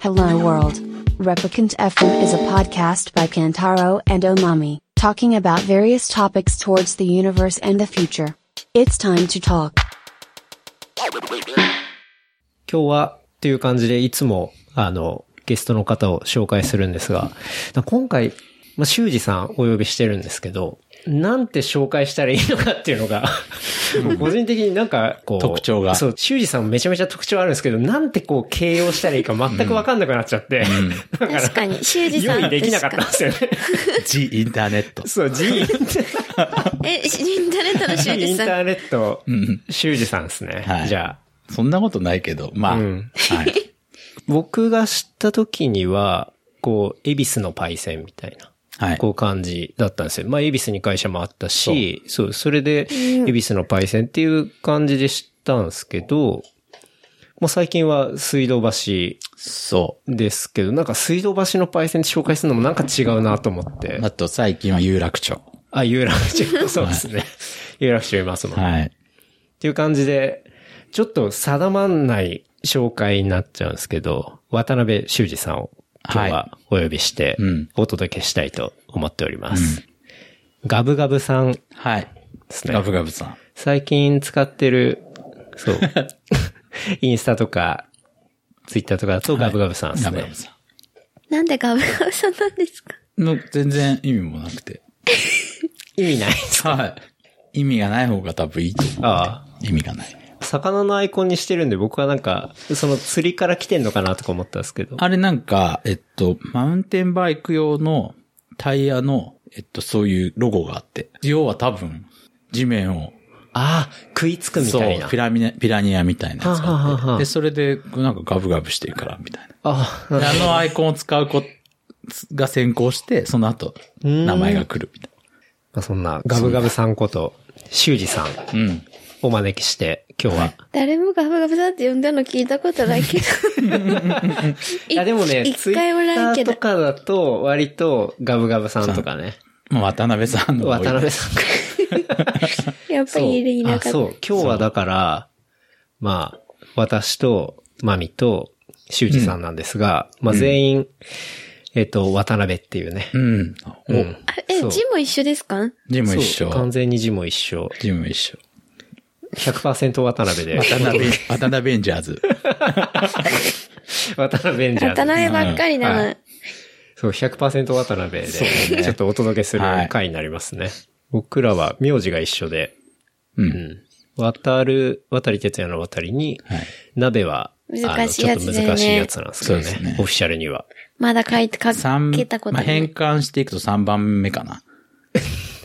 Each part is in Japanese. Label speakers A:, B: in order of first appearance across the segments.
A: Hello World. Replicant FM is a podcast by Kantaro and Omami, talking about various topics towards the universe and the future. It's time to talk.
B: 今日はっていう感じでいつも、あの、ゲストの方を紹介するんですが、今回、まあ、修二さんお呼びしてるんですけど、なんて紹介したらいいのかっていうの が、個人的になんか、こう。
C: 特徴が
B: そう、修二さんめちゃめちゃ特徴あるんですけど、なんてこう形容したらいいか全くわかんなくなっちゃって、
D: 確かに、修二さ
B: 用
D: ん
B: 意できなかったん
D: 確
B: で
D: か
B: すよね。
C: ジ・インターネット。
B: そう、G イン
D: え、インターネットの修二
B: タ
D: さん。
B: ーネット、
C: ん
B: 修二さんですね。
C: はい
B: じゃあ、
C: そんなことないけど、まあ、
B: うん
C: はい。
B: 僕が知った時には、こう、恵比寿のパイセンみたいな。
C: はい。
B: こう感じだったんですよ。まあ、恵比寿に会社もあったし、そう、それで、恵比寿のパイセンっていう感じで知ったんですけど、もう最近は水道橋
C: そ
B: ですけど、なんか水道橋のパイセンって紹介するのもなんか違うなと思って
C: う。。あと、最近は有楽町。
B: あ、有楽町、そうです ね。有楽町いますもん。っ
C: はい。
B: ていう感じで、ちょっと定まんない紹介になっちゃうんですけど、渡辺修二さんを今日はお呼びして
C: うん、
B: お届けしたいと思っております。ガブガブさん
C: はい。
B: ですね
C: ガ。ブガブさん。
B: 最近使ってる、 そう。インスタとか、ツイッターとかだとガブガブさんです
C: ガブ
B: ね。
C: ガブさ
D: なんでガブガブさんなんですか
C: ん。の全然意味もなくて。
B: 意味ないです。
C: はい。意味がない方が多分いいと思
B: あ
C: う。意味がない。
B: あ。魚のアイコンにしてるんで僕はなんか、その釣りから来てんのかなとか思ったんですけど。
C: あれなんか、えっと、マウンテンバイク用のタイヤの、えっと、そういうロゴがあって。要は多分、地面を
B: ああ、食いつくみたい
C: そ
B: な
C: う、ピ。ラミネピラニアみたいなやつ
B: はあ
C: があ
B: はあ
C: っ
B: はあ
C: て。で、それで、なんかガブガブしてるから、みたいな。
B: ああ、
C: であのアイコンを使う子が先行して、その後、名前が来るみたい
B: まあ、そんなガブガブさんこと、修二さん
C: な。うん。
B: お招きして、今日は。
D: 誰もガブガブさんって呼んだの聞いたことないけど。
B: いやでもね、ツ
D: 一
B: イ
D: 回も
B: ッ
D: な
B: タ
D: いけ
B: ー
D: ど
B: と。かだと、割とガブガブさんとかね。
C: まあ、渡辺さんの
B: 渡辺さん が
D: やっぱり入れいなか
B: あ
D: った。
B: そう。今日はだから、まあ、私と、マミと、修二さんなんですが、まあ全員、えっと、渡辺っていうね。
C: うん。お、
D: あえ
B: そう、
D: 字も一緒ですか
C: ジム一
B: そう完
C: 緒。
B: 全に字も一緒。
C: ジム一緒。
B: 100%渡辺 で。
C: 渡辺、渡辺ベンジャーズ。
B: 渡辺じゃん。
D: 渡辺ばっかり
B: は
D: ない
B: そう、100%渡辺で、ちょっとお届けする
C: はい
B: 回になりますね。僕らは名字が一緒で、
C: う。
B: うんん。渡る、渡り哲也の渡りに、
C: はい。
B: 鍋は、あの
D: 難しいやつだよね
B: ちょっと難しいやつなんですよ
C: そうです
B: ね
C: ね。
B: オフィシャルには。
D: まだ書いて、書
C: 三
D: けた、こと
C: まあ、
D: な
C: 変
D: い。
C: 換していくと3番目かな。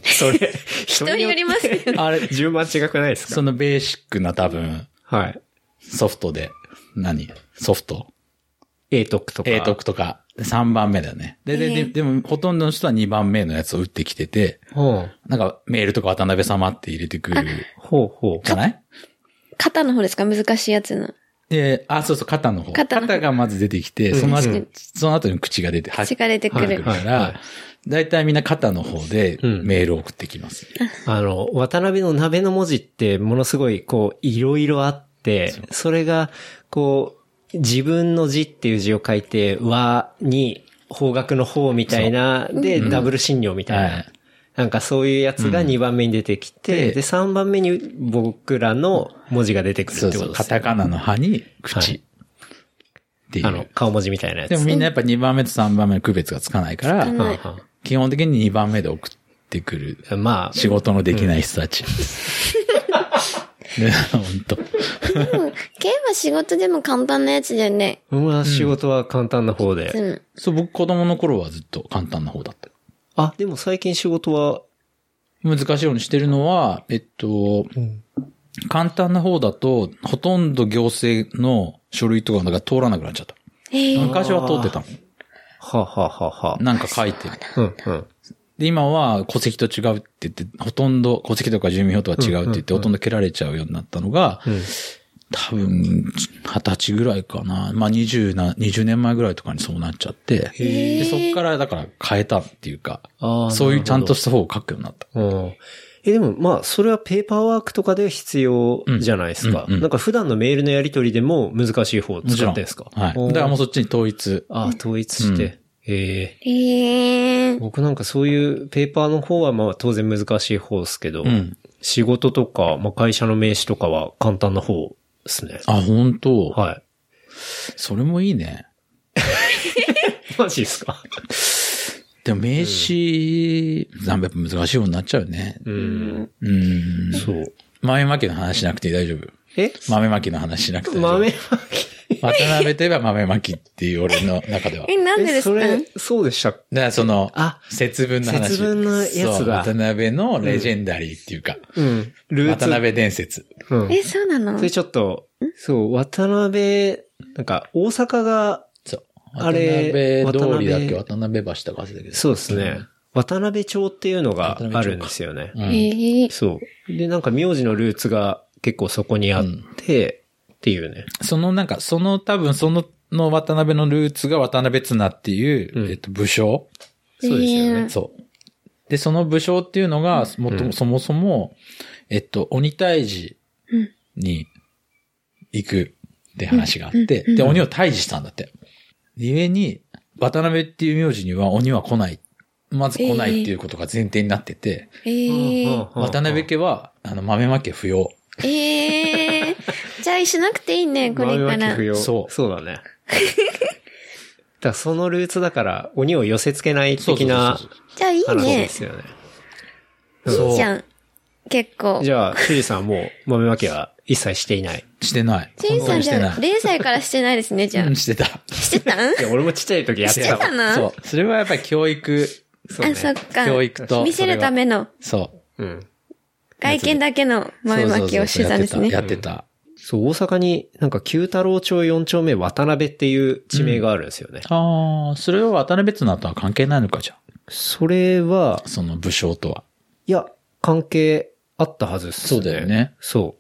B: それ、人
D: 人によりますよね。
C: あれ、
B: 順番違くないですか
C: そのベーシックな多分、
B: はい。
C: ソフトで、何ソフト
B: A トックとか。
C: ええととか、3番目だよね。で、で、で、でも、ほとんどの人は2番目のやつを打ってきてて、
B: うん。
C: なんか、メールとか渡辺様って入れてくる
B: ほうほ
C: じゃない
D: 肩の方ですか難しいやつの。
C: で、あ、そうそう、肩の方。
D: 肩の方
C: がまず出てきて、その後
B: う
C: に、その後に口が出て、は
D: 血が出てく
B: はい
D: る
B: は。
C: だから、だいたいみんな肩の方で
B: うん
C: メールを送ってきます。
B: う。あの、渡辺の鍋の文字ってものすごいこう、いろいろあって、それが、こう、自分の字っていう字を書いて、和に、方角の方みたいな、で、ダブル診療みたいな。
C: はい
B: なんかそういうやつが2番目に出てきて、
C: で
B: で、3番目に僕らの文字が出てくる
C: そ
B: っ
C: う
B: てこ
C: そ
B: と
C: う、
B: です
C: カ
B: ね
C: タカナの歯に
B: はい
C: 口。ってい
B: あの
C: う。、
B: 顔文字みたいなやつ。
C: でもみんなやっぱ2番目と3番目の区別がつかないから
D: う、ん
B: はいは
C: 基本的に2番目で送ってくる。
B: いまあ、
C: 仕事のできない人た ち。ね、本
D: でも、ゲームは仕事でも簡単なやつだよね。
B: まあ仕事は簡単な方で。
D: うん。
C: 当。そう、僕子供の頃はずっと簡単な方だった。
B: あ、でも最近仕事は、
C: 難しいようにしてるのは、えっと、簡単な方だと、ほとんど行政の書類とかが通らなくなっちゃった。
D: えー
C: 昔は通ってたの。
B: はあはあはあは
C: なんか書いてる。
B: あうんうん。
C: で、今は戸籍と違うって言って、ほとんど、戸籍とか住民票とは違うって言って、ほとんど蹴られちゃうようになったのが、多分、二十歳ぐらいかな。まあ、二十な、二十年前ぐらいとかにそうなっちゃって、で、そっからだから変えたっていうか、
B: ああ
C: そういうちゃんとした方を書くようになった。
B: うん。え、でもまあ、それはペーパーワークとかで必要じゃないですか。
C: うんうんうん
B: なんか普段のメールのやり取りでも難しい方を使ってんですか
C: はい。
B: おー
C: だからもうそっちに統一。
B: あ、統一して。
C: うん
B: ええ
D: ええ
B: 僕なんかそういうペーパーの方はまあ当然難しい方ですけど、
C: うん。
B: 仕事とか、まあ会社の名刺とかは簡単な方ですね。
C: あ、本当。
B: はい。
C: それもいいね。
B: マジですか
C: でも名刺、なんかやっぱ難しい方になっちゃうね。
B: うん。
C: うん。
B: そう。
C: 豆まきの話しなくて大丈夫。
B: え
C: 豆まきの話しなくて大丈夫。
B: 豆ま
C: 渡辺といえば豆まきっていう俺の中 では。
D: え、
C: だか
D: なんでです
B: そ
D: か
B: れ、そうでしたっけ
C: らその、
B: あ
C: 節分の話。
B: 節分のやつだ
C: そう渡辺のレジェンダリーっていうか、
B: うん。ルーツ。
C: 渡。辺伝説。
B: うん。
D: え、そうなの
B: それちょっと、そう、渡辺、なんか大阪が、
C: そう。渡
B: あれ
C: 辺通りだっけ
B: 渡
C: 渡辺橋とか忘れたけど。
B: そうですね。渡辺町っていうのが
C: 渡辺町か
B: あるんですよね。
C: うん。
D: ええ
B: そう。で、なんか名字のルーツが結構そこにあって、っていうね。
C: そのなんか、その多分その、の渡辺のルーツが渡辺綱っていう、
B: うん
C: えっと、武将。
B: そうですよね。
C: そう。で、その武将っていうのが、もっと
B: うん
C: そもそも、えっと、鬼退治に行くって話があって、で、鬼を退治したんだって。故に、渡辺っていう名字には鬼は来ない。まず来ないっていうことが前提になってて、
D: ええ
C: 渡辺家は、あの、豆まき不要。
D: ええじゃあしなくていいね、これか
B: 豆ま
D: ら
B: き不。要
C: そう
B: そうだね。だからそのルーツだから、鬼を寄せ付けない的な
C: そうそうそう
D: じゃあいい
B: 話で
D: ね。
B: すよね。
C: そう
D: いいじゃん。結構。
B: じゃあ、シュリさんはもう豆まきは一切していない。
C: してない。
D: チェ
C: 本
D: ンさ
C: 当
D: ん
C: にし
D: じ
C: て
D: ゃ
C: ない。
D: あ、0歳からしてないですね、じゃ
C: う
D: あ
C: ん、。してた。
D: してたん
B: いや、俺もちっちゃい時やっ
D: してて
B: た
D: た
B: わ。
D: の
C: そう。それはやっぱり教育、
B: そう
D: あ、
B: ね
D: そっか。
C: 教育と
D: 見せるための、
C: そう。
B: うん。
D: 外見だけの豆まきをしてたんです
C: そうそうそうや
D: ね。
C: ってた。
B: そう、大阪になんか九太郎町四丁目渡辺っていう地名があるんですよね。
C: ああ、それは渡辺綱とは関係ないのかじゃ
B: それは
C: あ、その武将とは。
B: いや、関係あったはずっすね。
C: そうだよね。
B: そ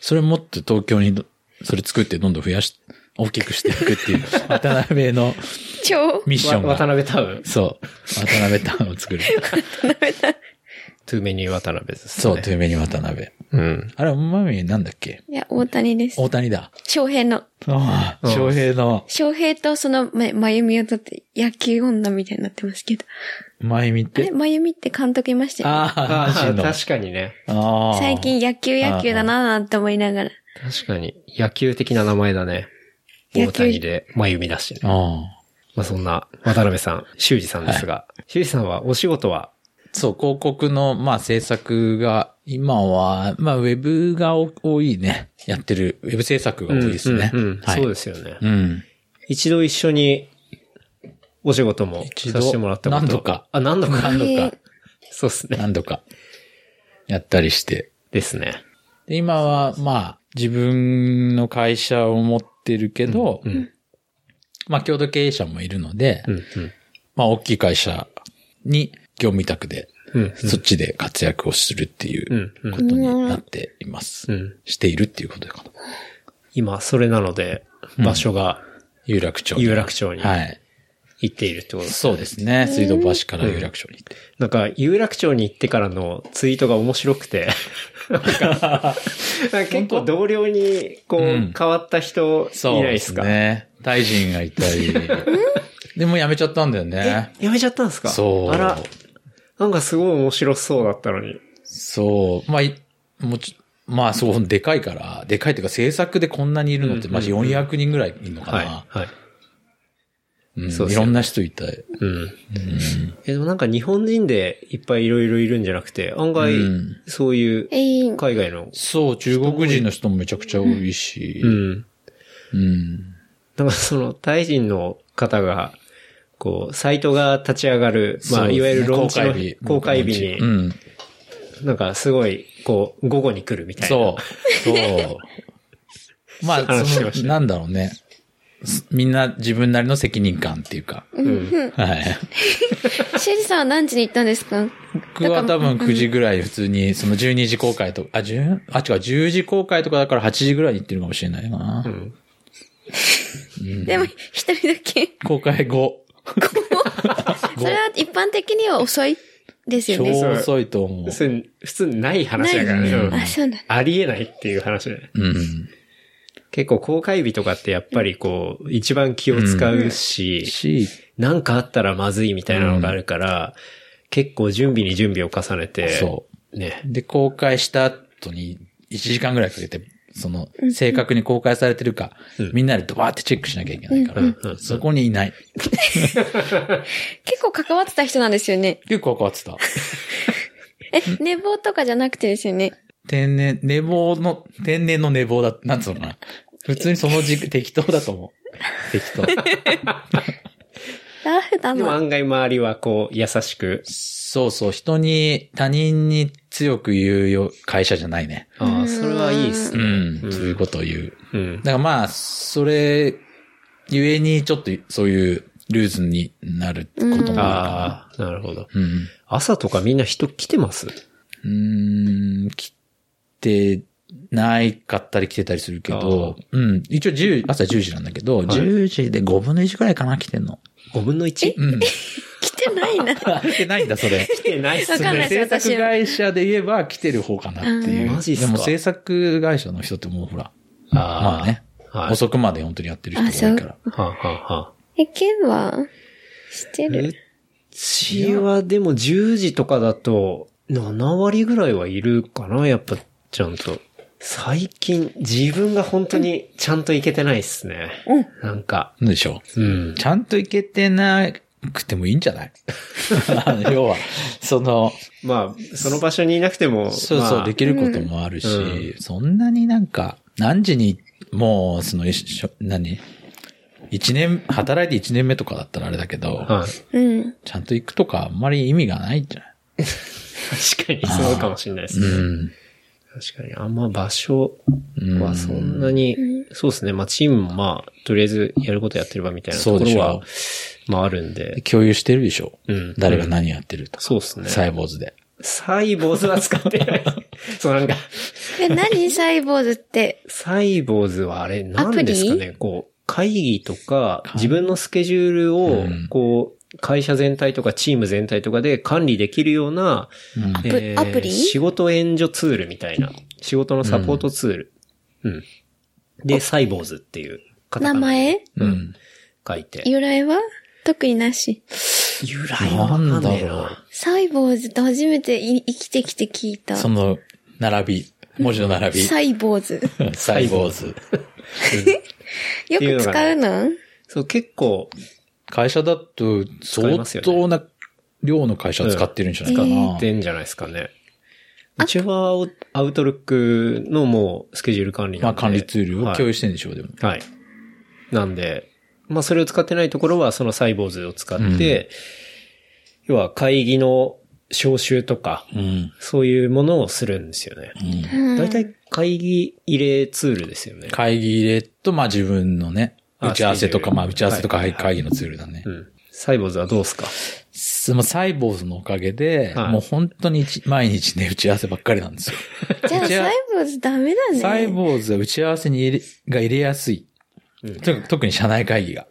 C: それもっと東京にど、それ作ってどんどん増やし、大きくしていく っていう、渡辺の
D: 超。
B: う。
C: ミッショ
B: わ
C: ンが。
B: 渡辺タウン。
C: そう。渡辺タウンを 作る。
B: トゥーメニー渡辺です
C: そう、
B: ね。
C: トゥーメに渡辺。
B: う。うん。
C: あれ、おまみなんだっけ
D: いや、大谷です。
C: 大谷だ。
D: 翔平の。
C: ああ、
B: うん
C: 翔平の、
D: 翔平とその、ま、まゆみをとって、野球女みたいになってますけど。
C: 前見
D: あれ、
C: て。
D: まゆみって監督いましたよ
C: あ
D: ね。
C: あ、
B: あ
C: 阪神
B: あ、
C: の。
B: 確かにね。
C: ああ。
D: 最。近野球野球だなぁなんて思いながら。
B: 確かに。野球的な名前だね。
D: 野
B: 大
D: 球
B: 谷で、まゆみだしね。
C: ああ。
B: まあそんな、渡辺さん、修二さんですが、修二さんはお仕事は、
C: そう、広告の、まあ、制作が、今は、まあ、ウェブがお多いね。やってる、ウェブ制作が多いですね。
B: うんうんうん
C: はい。
B: そうですよね。
C: うん。
B: 一度一緒に、お仕事も
C: 一度
B: させてもらったこと
C: 何度か
B: あ、何度か。
C: 何度か、
B: そうですね。
C: 何度か、やったりして。
B: ですね。
C: で、今は、まあ、自分の会社を持ってるけど、まあ、共同経営者もいるので、
B: うんうん。
C: まあ、大きい会社に業務委託で、
B: うん
C: そっちで活躍をするってい
B: うん
C: う
B: うん
C: ことになっています。
B: うん
C: しているっていうことかな。
B: 今、それなので、場所が
C: 有楽町。
B: 有楽町に
C: はい。
B: 行っているってことです。
C: そうですね。水道橋から有楽町に行って。
B: なんか、有楽町に行ってからのツイートが面白く て、なんかなんか結構同僚に、こう、
C: うん
B: 変わった人い
C: そ
B: な
C: う
B: い
C: で
B: ですすか
C: ね。大臣がいたり。でも辞めちゃったんだよね。
B: やめちゃったんですか
C: そう。
B: あら、なんかすごい面白そうだったのに。
C: そう。まあ、いもち、まあ、そう、でかいから、でかいっていうか、制作でこんなにいるのって、
B: うん
C: まじ400人ぐらいいるのかな。
B: はい。はい。
C: うん
B: そうで
C: い
B: すよね
C: ろんな人いたい。
B: うん。え、でもなんか日本人でいっぱいいろいろいるんじゃなくて、案外
C: うん、
B: そういう
D: えい、
B: 海外の、
C: そう、中国人の人もめちゃくちゃ多いし。
B: う
C: うん。
B: ん。なんかその、タイ人の方が、こう、サイトが立ち上がる、ま
C: そう
B: あ、
C: ですね
B: いわゆる論知の公
C: 公
B: 開
C: 開
B: 日
C: 日。う
B: に、
C: ん。
B: なんかすごい、こう、午後に来るみたいな。
C: そう。そう。まあ、
B: 話してま
C: そ
B: した
C: の、なんだろうね。すみんな自分なりの責任感っていうか。はい。
D: 修二さんは何時に行ったんですか
C: 僕は多分9時ぐらい普通に、その12時公開とか、あ、10? あ、違う、10時公開とかだから8時ぐらいに行ってるかもしれないな。
D: でも、一人だけ。
C: 公開後。
D: それは一般的には遅いですよ
C: 超
D: ね。
C: 遅いと思う。
B: それ普通ない話だから
D: ない
B: ね。
D: よ
B: う
D: ね
B: ん
D: あ、そうなんだ。
B: ありえないっていう話だね。
C: うん。
B: 結構公開日とかってやっぱりこう、一番気を使うし、
C: し、
B: なんかあったらまずいみたいなのがあるから、結構準備に準備を重ねて、。
C: そう
B: ね。
C: で、公開した後に1時間ぐらいかけて、その、正確に公開されてるか、みんなでドバーってチェックしなきゃいけないから、
B: うん
C: そこにいない。
D: 結構関わってた人なんですよね。
C: 結構変わってた。
D: え、寝坊とかじゃなくてですよね。
C: 天然、寝坊の、天然の寝坊だ、なんつうのかな。普通にその時 期、適当だと思う。適当。
D: ラフだ
B: でも
D: な。
B: 案外周りはこう、優しく、
C: そうそう、人に、他人に強く言うよ、会社じゃないね。
B: ああ、それはいいっす
C: う
B: ね。
C: ん、そういうことを言
B: う
C: う。
B: ん。
C: だからまあ、それ、ゆえに、ちょっと、そういう、ルーズになることもあるか
B: ああ、なるほど。
C: な。うん。
B: 朝とかみんな人来てます
C: うーん、来てないかったり来てたりするけど、うん、一応10、朝10時なんだけど、10時で5分の1くらいかな来てんの。
B: ?5 分の 1?
C: うん。
D: 来てないな。
C: 来てないんだ、それ。
B: 来てないっす
D: わかんない
B: ね。
D: で
C: 制
D: す私
C: 作
D: は
C: 会社で言えば来てる方かなっていう。
B: うんマジっすか
C: でも制作会社の人ってもうほら、
B: あー
C: まあね、
B: はい
C: 遅くまで本当にやってる人が多いから。
B: はあ、はあはあ、
D: え、けはしてる。
B: ちはでも10時とかだと7割ぐらいはいるかな、やっぱちゃんと。最近自分が本当にちゃんといけてないっすね。なんか、
C: なんでしょ
B: うん
C: う。。ちゃんといけてなくてもいいんじゃない 要は、その、
B: まあ、その場所にいなくても、
C: そうそう、
B: まあ
C: できることもあるし、
B: う
C: そんなになんか、何時に、もう、その、一緒何一年、働いて一年目とかだったらあれだけど、
B: はい。
D: うん。
C: ちゃんと行くとかあんまり意味がないんじゃない
B: 確かにそうかもしれないですね。
C: うん。
B: 確かに、あんま場所
C: う
B: は
C: ん
B: そんなに、そうですね。まあ、チームもまあ、とりあえずやることやってればみたいなとこ
C: そうでし
B: ろ
C: ょ
B: は、まああるんで。
C: 共有してるでしょ、
B: うん
C: 誰が何やってるとか。
B: そうですね。
C: サイボーズで。
B: サイボーズは使ってない。 そうなんか、
D: え、何サイボーズ って。
B: サイボーズはあれ何ですか
D: ア
B: ねこう、会議とか自分のスケジュール
C: う
B: を
C: ん、
B: こう、会社全体とかチーム全体とかで管理できるような、
C: うん
D: プアプリ
B: 仕事援助ツールみたいな、仕事のサポートツール。うん。で、サイボーズっていうカタ
D: 名
B: カナで
D: 前
C: うん。
B: 書いて。
D: 由来は特になし。
B: 由来はわかんねえ
C: なんだろ
B: な。
D: サイボーズって初めてい生きてきて聞いた。
C: その、並び。文字の並び。
D: サイボーズ。
C: サイボーズ。
D: よく使うの
B: そう、結構、
C: 会社だと、
B: い
C: 相
B: ますよね
C: 当な量の会社使ってるんじゃないか
B: っ
C: な。
B: てんじゃないですかね。うちはアウアウトルックのもうスケジュール管理なんで。
C: まあ管理ツールを
B: はい
C: 共有してるんでしょう、でも。
B: はい。なんで、まあそれを使ってないところはそのサイボーズを使って、要は会議の招集とか、
C: うん。
B: そういうものをするんですよね。
D: うん
B: 大体会議入れツールですよね。
C: 会議入れと、まあ自分のね、
B: あ
C: 打ち合わせとか、
B: スケジュール
C: まあ打ち合わせとか、
B: は
C: はいい会議のツールだね
B: う。ん。サイボーズはどうですか
C: そのサイボーズのおかげで、
B: はい
C: もう本当に一毎日ね、打ち合わせばっかりなんですよ。
D: じゃあ
C: じゃあ
D: サイボーズダメだね。
C: サイボーズは打ち合わせに入れ、が入れやすい。とにかく特に社内会議が。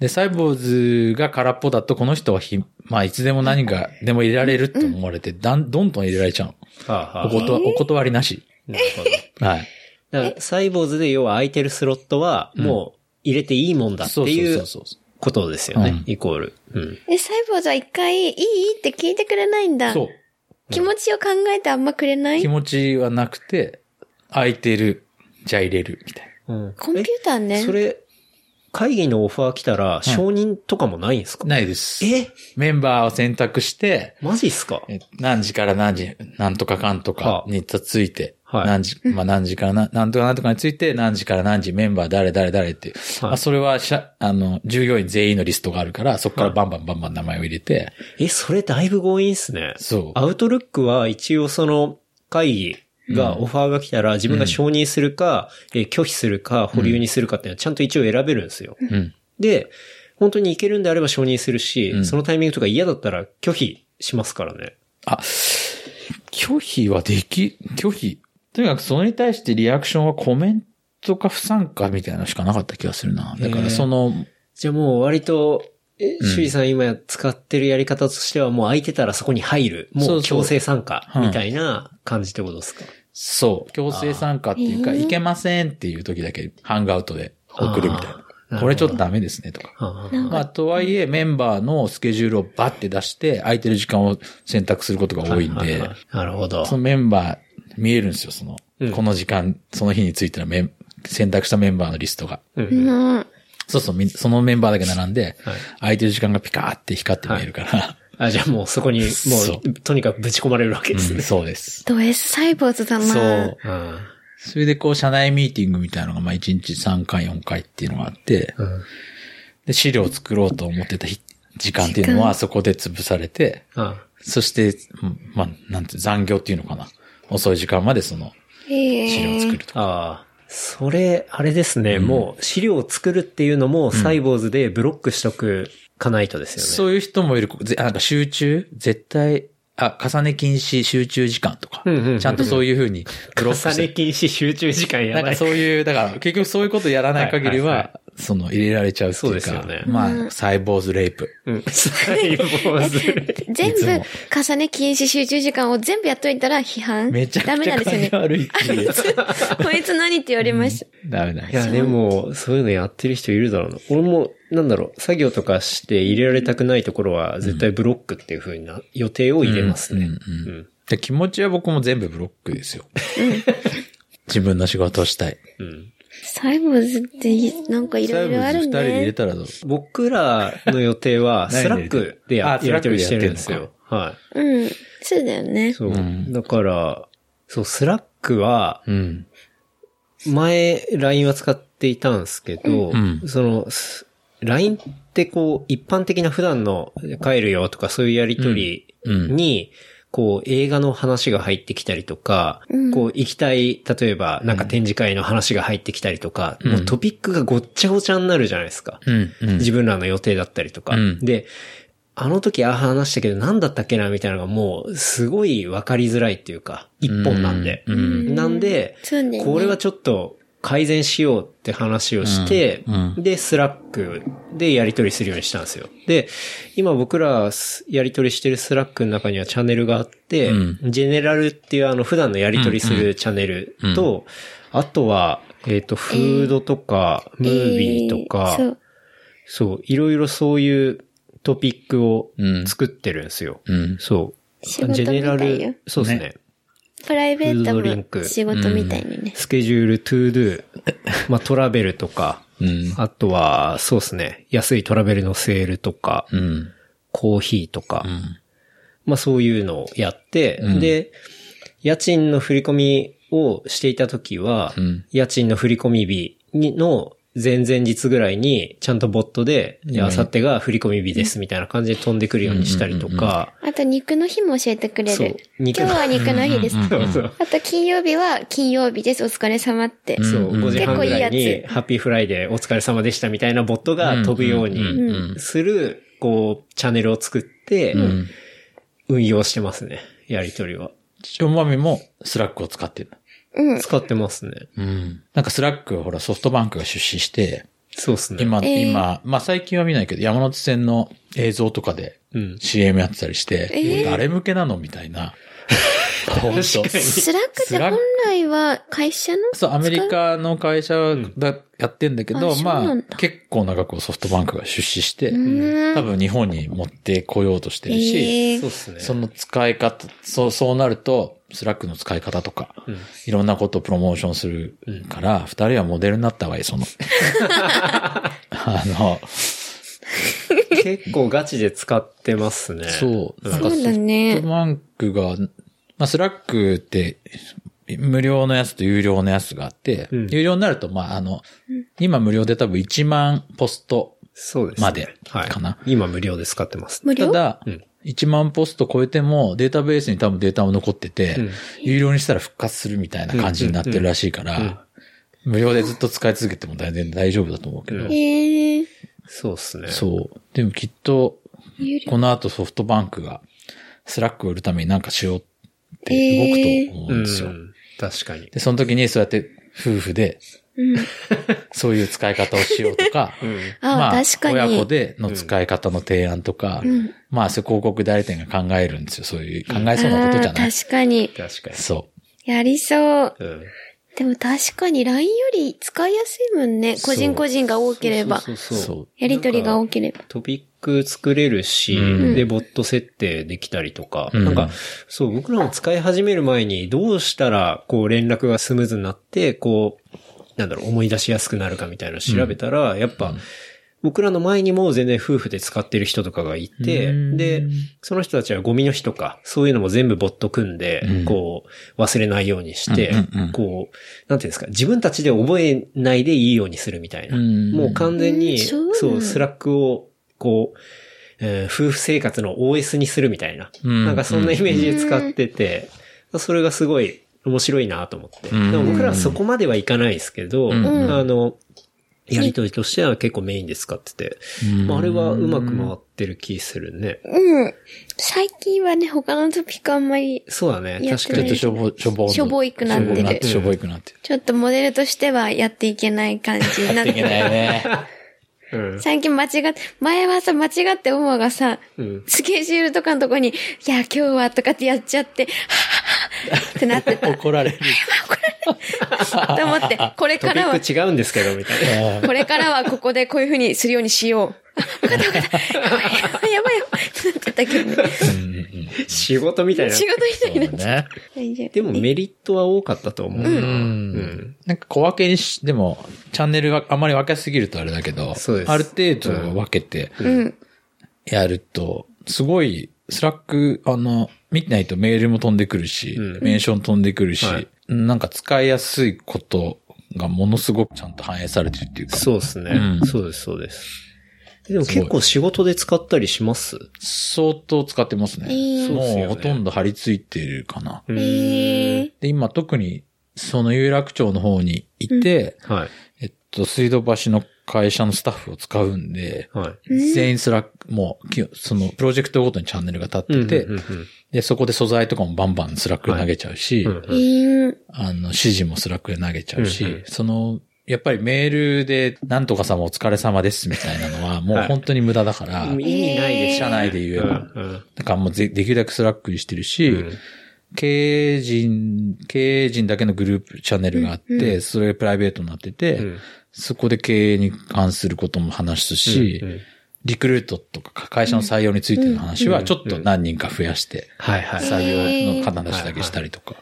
C: で、サイボーズが空っぽだと、この人はひ、まあいつでも何かでも入れられるって思われて、だん、どんどん入れられちゃうの。
B: はあは
C: おことお断りなし。
B: なる ほど。
C: はい。
B: だからサイボーズで要は空いてるスロットはもう入れていいもんだって
C: そうそう
B: い
C: そううそう。
B: ことですよね。
C: うん
B: イコール。うん。
D: え、サイボーズは一回いいって聞いてくれないんだ。
C: そう。
D: 気持ちを考えてあんまくれない
C: 気持ちはなくて、空いてる、じゃあ入れる、みたい
B: うん
D: コンピューターね。
B: それ、会議のオファー来たら承認とかもないんですか、
C: な。ないです。
B: え
C: メンバーを選択して、
B: マジっすか
C: え何時から何時、何とかかんとか
B: はあ
C: について、
B: はい
C: 何時、まあ何時からな、何とか何とかについて、何時から何時メンバー誰誰誰っていう。
B: はい
C: まあそれは社、あの、従業員全員のリストがあるから、そこからバンバンバンバン名前を入れて、
B: え、それだいぶ強引っすね。
C: そう
B: アウトルックは一応その会議が、オファーが来たら自分が承認するか、えー拒否するか、保留にするかっていうのはちゃんと一応選べるんですよ。
C: うん。
B: で、本当にいけるんであれば承認するし、
C: ん
B: そのタイミングとか嫌だったら拒否しますからね。
C: あ、拒否はでき、拒否。とにかくそれに対してリアクションはコメントか不参加みたいなのしかなかった気がするな。だか
B: へえ
C: らその、
B: じゃあもう割とえ、修二さん今使ってるやり方としては、もう空いてたらそこに入る。も
C: そううそう
B: 強制参加
C: うん
B: みたいな感じってことですか、
C: そう。強制参加っていうか、
D: あー
C: いけませんっていう時だけ、ハンガウトで送るみた
B: あーな
C: いな。
B: るほど
C: これちょっとダメですね、とか。
B: あ
D: なん
B: あ
D: か
C: まあ、とはいえ、メンバーのスケジュールをバッて出して、空いてる時間を選択することが多いん
B: はは
C: で
B: は、なるほど。
C: そのメンバー見えるんですよ、その
B: うん、
C: この時間、その日についてのメン、選択したメンバーのリストが。
B: うんうん
D: な
C: そうそう、みそのメンバーだけ並んで
B: はい、
C: 空いてる時間がピカーって光って見えるから、
B: あ、じゃあもうそこに、も、
C: そう
B: とにかくぶち込まれるわけです
C: うん
B: ね。
C: そうです。
D: ド S 細胞ズだな。
C: そう。。
B: うん。
C: それでこう、社内ミーティングみたいなのが、まあ、1日3回、4回っていうのがあって、
B: うん。
C: で、資料を作ろうと思ってた日時間っていうのは、そこで潰されて、
B: あ
C: そして、うんまあ、なんて、残業っていうのかな。遅い時間までその、資料を
D: ええ
C: 作るとか。
B: あ。それ、あれですね、もう資料を作るっていうのもサイボーズでブロックしとくかないとですよね。
C: そういう人もいる、ぜあなんか集中絶対、あ、重ね禁止集中時間とか
B: うんうんうんうん。
C: ちゃんとそういうふうにブロック
B: 重
C: し
B: ね
C: て。
B: 禁止集中時 間やば。
C: ないんかそういう、だから結局そういうことやらない限り
B: はいはい
C: は、その入れられちゃうって
B: そう
C: い
B: で
C: う
B: すよ
C: か
B: ね、
C: まあ、サイボーズレイプ。
B: うん。サイボー ズ。
D: 全
C: いつも
D: 部、重ね禁止集中時間を全部やっといたら批判。
C: めちゃくちゃ
D: ダメなんですよね。
C: 感じ悪いっていう
D: こいつ何って言われました。
C: ダメだ
B: い。や、でも、そういうのやってる人いるだろうな。俺も、なんだろう、作業とかして入れられたくないところは、絶対ブロックっていう風な予定を入れますね。
C: うんうんで気持ちは僕も全部ブロックですよ。 自分の仕事をしたい。
B: うん。
D: サイボーズってい、なんかいろいろあ
C: 二
D: る
C: 人で入れ
D: ね。
C: たらどう
B: 僕らの予定 は、
C: 何
B: スラックでや
C: あ
B: やり取りしてるんです
C: スラッ
B: よ。は
D: うん。そうだよ
B: い。
D: ね。
B: そう。
C: うん
B: だから、そう、スラックは、
C: うん。
B: 前、LINE は使っていたんですけど、
C: うん
B: その、す LINE ってこう、一般的な普段の帰るよとかそういうやりとり
C: うん
B: に、こう、映画の話が入ってきたりとか、
D: うん
B: こう、行きたい、例えば、なんか展示会の話が入ってきたりとか、
C: うん
B: もうトピックがごっちゃごちゃになるじゃないですか。
C: うん。うん。
B: 自分らの予定だったりとか。
C: うん
B: で、あの時ああ話したけど何だったっけなみたいなのがもうすごい分かりづらいっていうか、一本なんで。
C: うん
B: なんで、
D: そうね。
B: これはちょっと改善しようって話をして、
C: うんう
B: で、スラックでやり取りするようにしたんですよ。で、今僕らすやり取りしてるスラックの中にはチャンネルがあって、
C: う
B: ジェネラルっていうあの普段のやり取りするチャンネルと、あとは、えっ、と、フードとか、ムービーとか、
D: えーそう。
B: そう、いろいろそういうトピックを
C: うん
B: 作ってるんですよ。
C: うん。
B: そう。
D: 仕事みたいよ
B: そうですね。
C: ね
D: プライベート
B: フードドリンク
D: も仕事みたいにね。
B: スケジュール、トゥードゥ、まあトラベルとか、
C: うん。
B: あとは、そうですね、安いトラベルのセールとか、
C: うん。
B: コーヒーとか、
C: うん。
B: まあそういうのをやって、
C: うん
B: で、家賃の振り込みをしていた時は、
C: うん
B: 家賃の振り込み日にの前々日ぐらいに、ちゃんとボットで、で明後日が振り込み日ですみたいな感じで飛んでくるようにしたりとか、
D: あと肉の日も教えてくれ
B: そう
D: る。今
B: 肉
D: 日
B: の
D: は肉の日です。
B: そうそう。
D: あと金曜日は金曜日です。お疲れ様って。
B: そうう、
C: ん
B: 5時半ぐらい
D: 結構いい
B: に、
D: や
B: ハッピーフライデーお疲れ様でしたみたいなボットが飛ぶよう
C: うんうんう
B: に
C: ん
B: する、こう、チャンネルを作って、
C: うん。
B: 運用してますね。やりとりは。
C: おまみもスラックを使ってる
D: うん。
B: 使ってますね。
C: の。うん。なんかスラックはほらソフトバンクが出資して、
B: そうですね。
C: 今、
D: えー
C: 今、まあ最近は見ないけど山手線の映像とかで
B: うん。
C: CM やってたりして、
D: えー
C: 誰向けなのみたいな。本当
B: 確かに
D: スラックって本来は会社の
C: そう、アメリカの会社がやってんだけど、
D: あそう
C: ま
D: なん
C: あ、
D: だ
C: 結構長くソフトバンクが出資して、
D: ん
C: 多分日本に持ってこようとしてるし、
D: え
B: そう
D: ー
B: ですね。
C: その使い方、そう、そうなると、スラックの使い方とか、
B: うん
C: いろんなことをプロモーションするから、二、人はモデルになった方がい い、その。あの、
B: 結構ガチで使ってますね。
C: そう。なん
D: そ
C: か
D: う
C: ソ
D: だ
C: フ
D: ね
C: ト。バンクが、まあ、スラックって、無料のやつと有料のやつがあって、
B: うん
C: 有料になると、まあ、あの、今無料で多分1万ポスト
B: そうですね。
C: まで
B: はい。
C: かな
B: 今無料で使ってます。
D: 無
C: た
D: 料
C: だ、
B: うん
C: 1万ポスト超えてもデータベースに多分データも残ってて、
B: うん
C: 有料にしたら復活するみたいな感じになってるらしいから、
B: うんうん
C: 無料でずっと使い続けても全然大丈夫だと思うけど、
B: うん
D: ええ。
B: そうですね。
C: そう。でもきっと、
D: 有料
C: この後ソフトバンクがスラックを売るためになんかしようって動くと思うんですよ。
B: うん確かに。
C: で、その時にそうやって夫婦で
D: うん。
C: そういう使い方をしようとか、
D: あ、
C: まあ、
D: 確かに。
C: 親子での使い方の提案とか、
D: うん。
C: まあ、そういう広告代理店が考えるんですよ。そういう、考えそうなことじゃな
D: あ
C: い。
D: ー確かに。
B: 確か
C: そ
D: やりそう。
B: に。うん。
D: でも確かに LINE より使いやすいもんね。
C: そう。
D: 個人個人が多ければ。
B: そうそうう
C: そ
B: そうう。。
D: やりとりが多ければ。
B: トピック作れるし、
C: うん
B: で、ボット設定できたりとか、
C: うん
B: なんか、そう、僕らも使い始める前に、どうしたら、こう、連絡がスムーズになって、こう、なんだろう、思い出しやすくなるかみたいなのを調べたら、やっぱ、僕らの前にも全然夫婦で使ってる人とかがいて、
C: うん
B: で、その人たちはゴミの日とか、そういうのも全部ボット組んで、
C: うん
B: こう、忘れないようにして、
C: うんうんうん
B: こう、なんていうんですか、自分たちで覚えないでいいようにするみたいな。
C: うん
B: もう完全
D: うん
B: に、
D: そうなん
B: そう、スラックを、こう、えー夫婦生活の OS にするみたいな。
C: うん
B: なんかそんなイメージで使ってて、それがすごい面白いなと思って。で
C: うん
B: も僕らはそこまではいかないですけど、
C: うん
B: あの、やりとりとしては結構メインで使ってて、まあ、あれはうまく回ってる気するね。
D: うん。最近はね、他のトピックあんまり、
B: そうだね、
D: やって
B: 確
D: な
B: か
C: ちょっ
B: に
C: と。しょぼ、しょぼ。
D: しょぼいくなってる
C: しょぼいくなってる。
D: ちょっとモデルとしてはやっていけない感じになっ
C: いけな
D: て。
C: いね。
B: うん
D: 最近間違って、前はさ、間違って思うがさ、
B: うん
D: スケジュールとかのとこに、いや、今日はとかってやっち ゃって、はぁはぁはぁってなってた。
C: 怒られる。
D: と思って、これ
B: ト
D: か
B: ピ
D: らは
B: ッ、ク違うんですけど、みたいな。
D: これからはここでこういう風にするようにし よう。わかったわかった。やばいやばいやばいってなってたけどね。
B: 仕事みたいな。
D: 仕事みた いになっちゃっ
C: ね。
D: た大丈夫。
B: でもメリットは多かったと思うな。
C: うん。なんか小分けにし、でも、チャンネルがあまり分けすぎるとあれだけど、
B: そうです
C: ある程度分けて
D: うん。
C: やると、すごい、スラック、あの、見てないとメールも飛んでくるし、
B: ん
C: メンション飛んでくるし、
B: はい
C: なんか使いやすいことがものすごくちゃんと反映されてるっていうか、
B: そうですね、
C: うん
B: そうです、そうです。でも結構仕事で使ったりします
C: 相当使ってますね。
D: えー
B: そうっすよね
C: もうほとんど張り付いてるかな。
B: う
D: え
B: ん
D: ー。
C: で、今特に、その有楽町の方にいて、
B: はい。
C: えっと、水道橋の会社のスタッフを使うんで、
B: はい。
C: 全員スラック、もうき、その、プロジェクトごとにチャンネルが立ってて、
B: うんうんうん
C: で、そこで素材とかもバンバンスラックで投げちゃうし、
B: うん
D: えー。
C: あの、指示もスラックで投げちゃうし、
B: うんうん
C: その、やっぱりメールで、なんとか様お疲れ様ですみたいなのは、もう
B: はい
C: 本当に無駄だから、
B: うん意味ないでしょ。
C: 社内で言えば、
B: うん
C: だからもうぜできるだけスラックにしてるし、
B: うん
C: 経営陣、経営陣だけのグループチャンネルがあって、それがプライベートになってて、
B: うん
C: そこで経営に関することも話すし、
B: うんうん
C: リクルートとか会社の採用についての話はちょっと何人か増やして、
B: はいはい。
C: 採用の方出しだけしたりとか。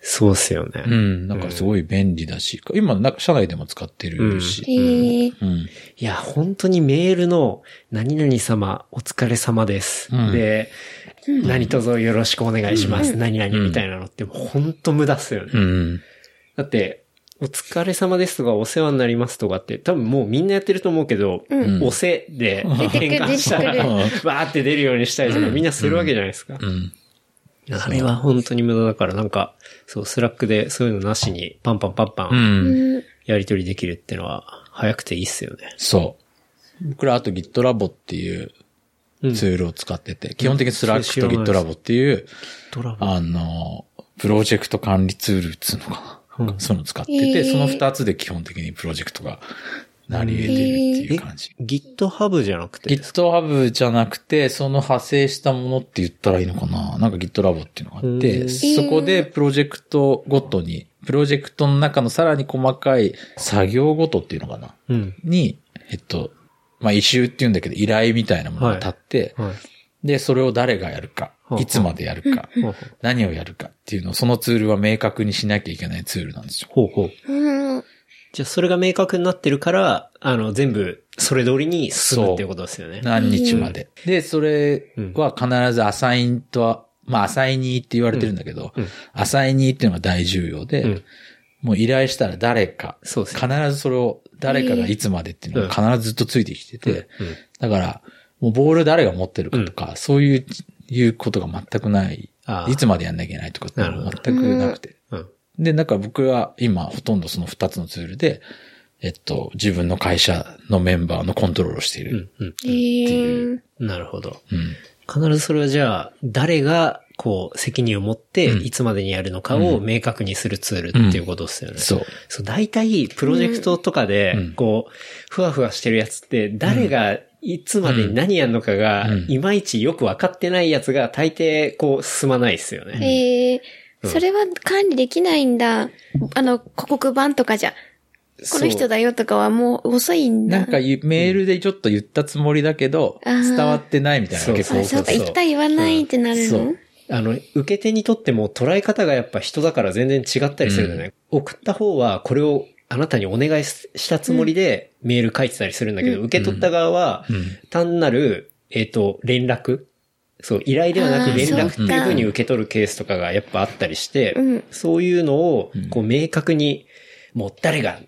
B: そうっすよね。
C: うん、なんかすごい便利だし、今なんか社内でも使ってるし。
D: えー。
C: うん。
B: いや、本当にメールの、何々様、お疲れ様です。
C: うん
B: で、何卒よろしくお願いします。何々みたいなのって、本当無駄っすよね。
C: うん。
B: だって、お疲れ様ですとか、お世話になりますとかって、多分もうみんなやってると思うけど、
D: うん
B: おせで
D: 出てくる
B: 変換したら、
D: 出て
B: わ
C: く
B: ーって出るようにしたりとか、みんなするわけじゃないですか
C: う。ん。
B: あれは本当に無駄だから、なんか、そう、スラックでそういうのなしに、パンパンパンパ
C: う
B: ン、
C: ん。
D: うん
B: やり取りできるってのは、早くていいっすよね。
C: そう。僕らあと GitLab っていう
B: うん
C: ツールを使ってて、基本的に Slack と
B: うん知らない
C: GitLab っていう、
B: ドラマ。
C: あの、プロジェクト管理ツールっつうのかな。そういうの使って
D: え
C: て、
D: ー
C: その二つで基本的にプロジェクトが成り得てるっていう感じ。
B: GitHub じゃなくてですか
C: GitHub じゃなくて、その派生したものって言ったらいいのかななんか GitLab っていうのがあっ
B: う
C: て、
B: ん
C: そこでプロジェクトごとに、プロジェクトの中のさらに細かい作業ごとっていうのかな
B: うん。
C: に、えっと、まあ、異臭って言うんだけど、依頼みたいなものが立って、
B: はい。
C: で、それを誰がやるか
B: は、あ
C: いつまでやるか、
B: ほう
C: 何をやるかっていうのを、そのツールは明確にしなきゃいけないツールなんですよ。
B: ほうほう。
D: うん。
B: じゃあ、それが明確になってるから、あの、全部、それ通りに進むっていうことですよね。
C: 何日まで。で、それは必ずアサインとは、まあ、アサイニーって言われてるんだけど、アサイニーっていうのが大重要で、
B: ん
C: もう依頼したら誰か、
B: そうです
C: 必ずそれを、誰かがいつまでっていうのが必ずずっとついてきてて、だから、もうボール誰が持ってるかとか、そういう、いうことが全くない
B: あ。あ
C: いつまでやんなきゃいけないとかっていうの
B: な
C: が全くなくて。
B: うん。
C: で、なんか僕は今ほとんどその二つのツールで、えっと、自分の会社のメンバーのコントロールをしている。
B: うん。うん。
D: えー。
B: なるほど。
C: うん
B: 必ずそれはじゃあ、誰がこう、責任を持って、
C: うん
B: いつまでにやるのかを明確にするツールっていうことですよね。
C: そう。
B: そう、大体、プロジェクトとかで
C: うん、
B: こう、ふわふわしてるやつって、誰が、いつまでに何やるのかが
C: うん、
B: いまいちよくわかってないやつが、大抵、こう、進まないですよね。
D: へえ
B: うん
D: それは管理できないんだ。あの、広告版とかじゃ。この人だよとかはもう遅いんだ。
C: なんかゆメールでちょっと言ったつもりだけど、
D: あー
C: 伝わってないみたいなのが結
D: そ
C: 構
D: うそう
C: 多く
D: か、
C: て
B: そう
D: 言った言わないってなる
C: そ
D: の
C: う
B: あの、受け手にとっても捉え方がやっぱ人だから全然違ったりするじゃない、送った方はこれをあなたにお願いししたつもりでメール書いてたりするんだけど、
D: う
B: 受け取った側は単なる、えっ、と、連絡そう、依頼ではな
D: あ
B: く
D: ー
B: 連絡って
D: そ
B: い
D: う
B: う
D: か
B: ふうに受け取るケースとかがやっぱあったりして、
D: うん
B: そういうのを
C: ん
B: こう明確に、もう誰が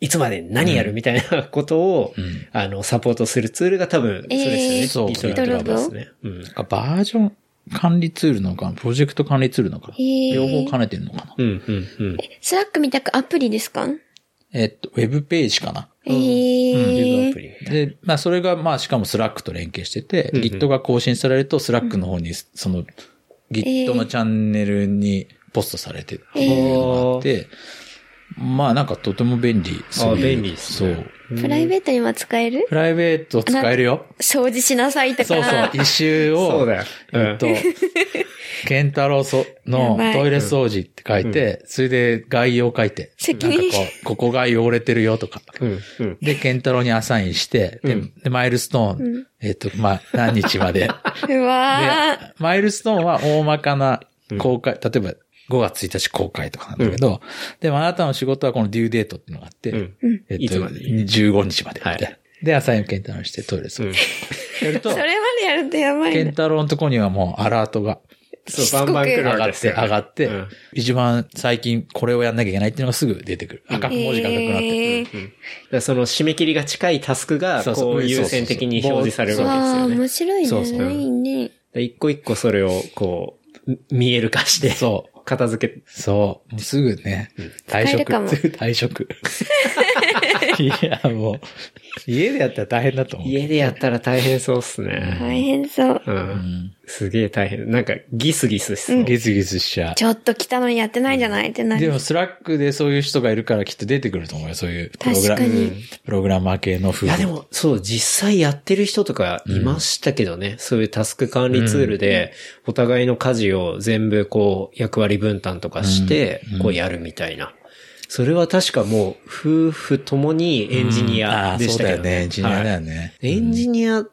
B: いつまで何やるみたいなことを、
C: うん
B: あの、サポートするツールが多分、そうですよね。
C: えーそう
B: リトラブですね。うん。
C: なんかバージョン管理ツールなのかなプロジェクト管理ツールなのかな
D: へー
C: 両方兼ねてるのかな
B: うん、うん、うん。
D: スラックみたくアプリですか
C: えっと、ウェブページかな
D: へ
B: ビ
D: え
B: アプリみたいな。
C: で、まあそれが、まあしかもスラックと連携してて、
B: うんうん
C: Git が更新されるとスラックの方に、その Git のチャンネルにポストされてっていうのがあって、まあなんかとても便利。そういう
B: 便利ですね
C: そう。
D: プライベートには使える
C: プライベート使えるよ。
D: 掃除しなさいとか。
C: そうそう、一周を、
B: そうだよ。
C: えっと、ケンタロウその
D: やばい
C: トイレ掃除って書いて、それで概要書いて、なん
D: 責
C: かこ
D: 任
C: う、ここが汚れてるよとか。
B: うん、うん。
C: で、ケンタロウにアサインして、で
B: うん
C: でマイルストーン、えっと、まあ、何日ま で。
D: うわー
C: で、マイルストーンは大まかな公開、例えば5月1日公開とかなんだけど、でもあなたの仕事はこのデューデートっていうのがあって、
B: うん
C: えっ
B: い
C: と、
B: つまで
C: 15日までみたいな。
B: は
C: で、アサインをケンタロウにしてトイレ掃除。やると
D: そ、れまでやるとやば
C: ケ
D: いな
C: ン。タロウのとこにはもうアラートが
B: そう、バンバン来る
C: 上
B: わ
C: が
B: け
C: っ
B: です
C: て、
B: よ
C: 上がって、
B: うん
C: 一番最近これをやんなきゃいけないっていうのがすぐ出てくる。赤く文字が赤くなって
D: へ
C: くる。
D: え
B: うんだからその締め切りが近いタスクが、
C: そうそう
B: こう優先的に表示されるわけです
D: わあ
B: よね。だか
D: 面白い
C: そうそう
D: ね。いいね。
B: ら一個一個それを、こう、み見える化して、
C: そう。
B: 片付け、
C: そう。もうすぐね、退
D: 使えるかも
C: 職。すぐ退職。 いや、もう、家でやったら大変だと思う。
B: 家でやったら大変そうっすね。
D: 大変そう。
B: う。
C: うんん。
B: すげえ大変。なんか、ギスギスしそう。
C: ギスギスしちゃ
D: ちょっと来たのにやってないじゃないって
C: う。
D: な
C: で
D: る。
C: も、スラックでそういう人がいるからきっと出てくると思うよ。そういうプログ
D: 確
C: ラ
D: か
C: ム、
D: に。
C: プログラマー系の風
B: いやでも、そう、実際やってる人とかいましたけどね。そういうタスク管理ツールで、お互いの家事を全部こう、役割分担とかして、こうやるみたいな。それは確かもう、夫婦ともにエンジニ
C: あ
B: ア
C: あ
B: で
C: そ
B: し
C: う
B: た
C: だ
B: け
C: よ
B: ど
C: ね。エンジニアだ
B: はい
C: よね。
B: エンジニア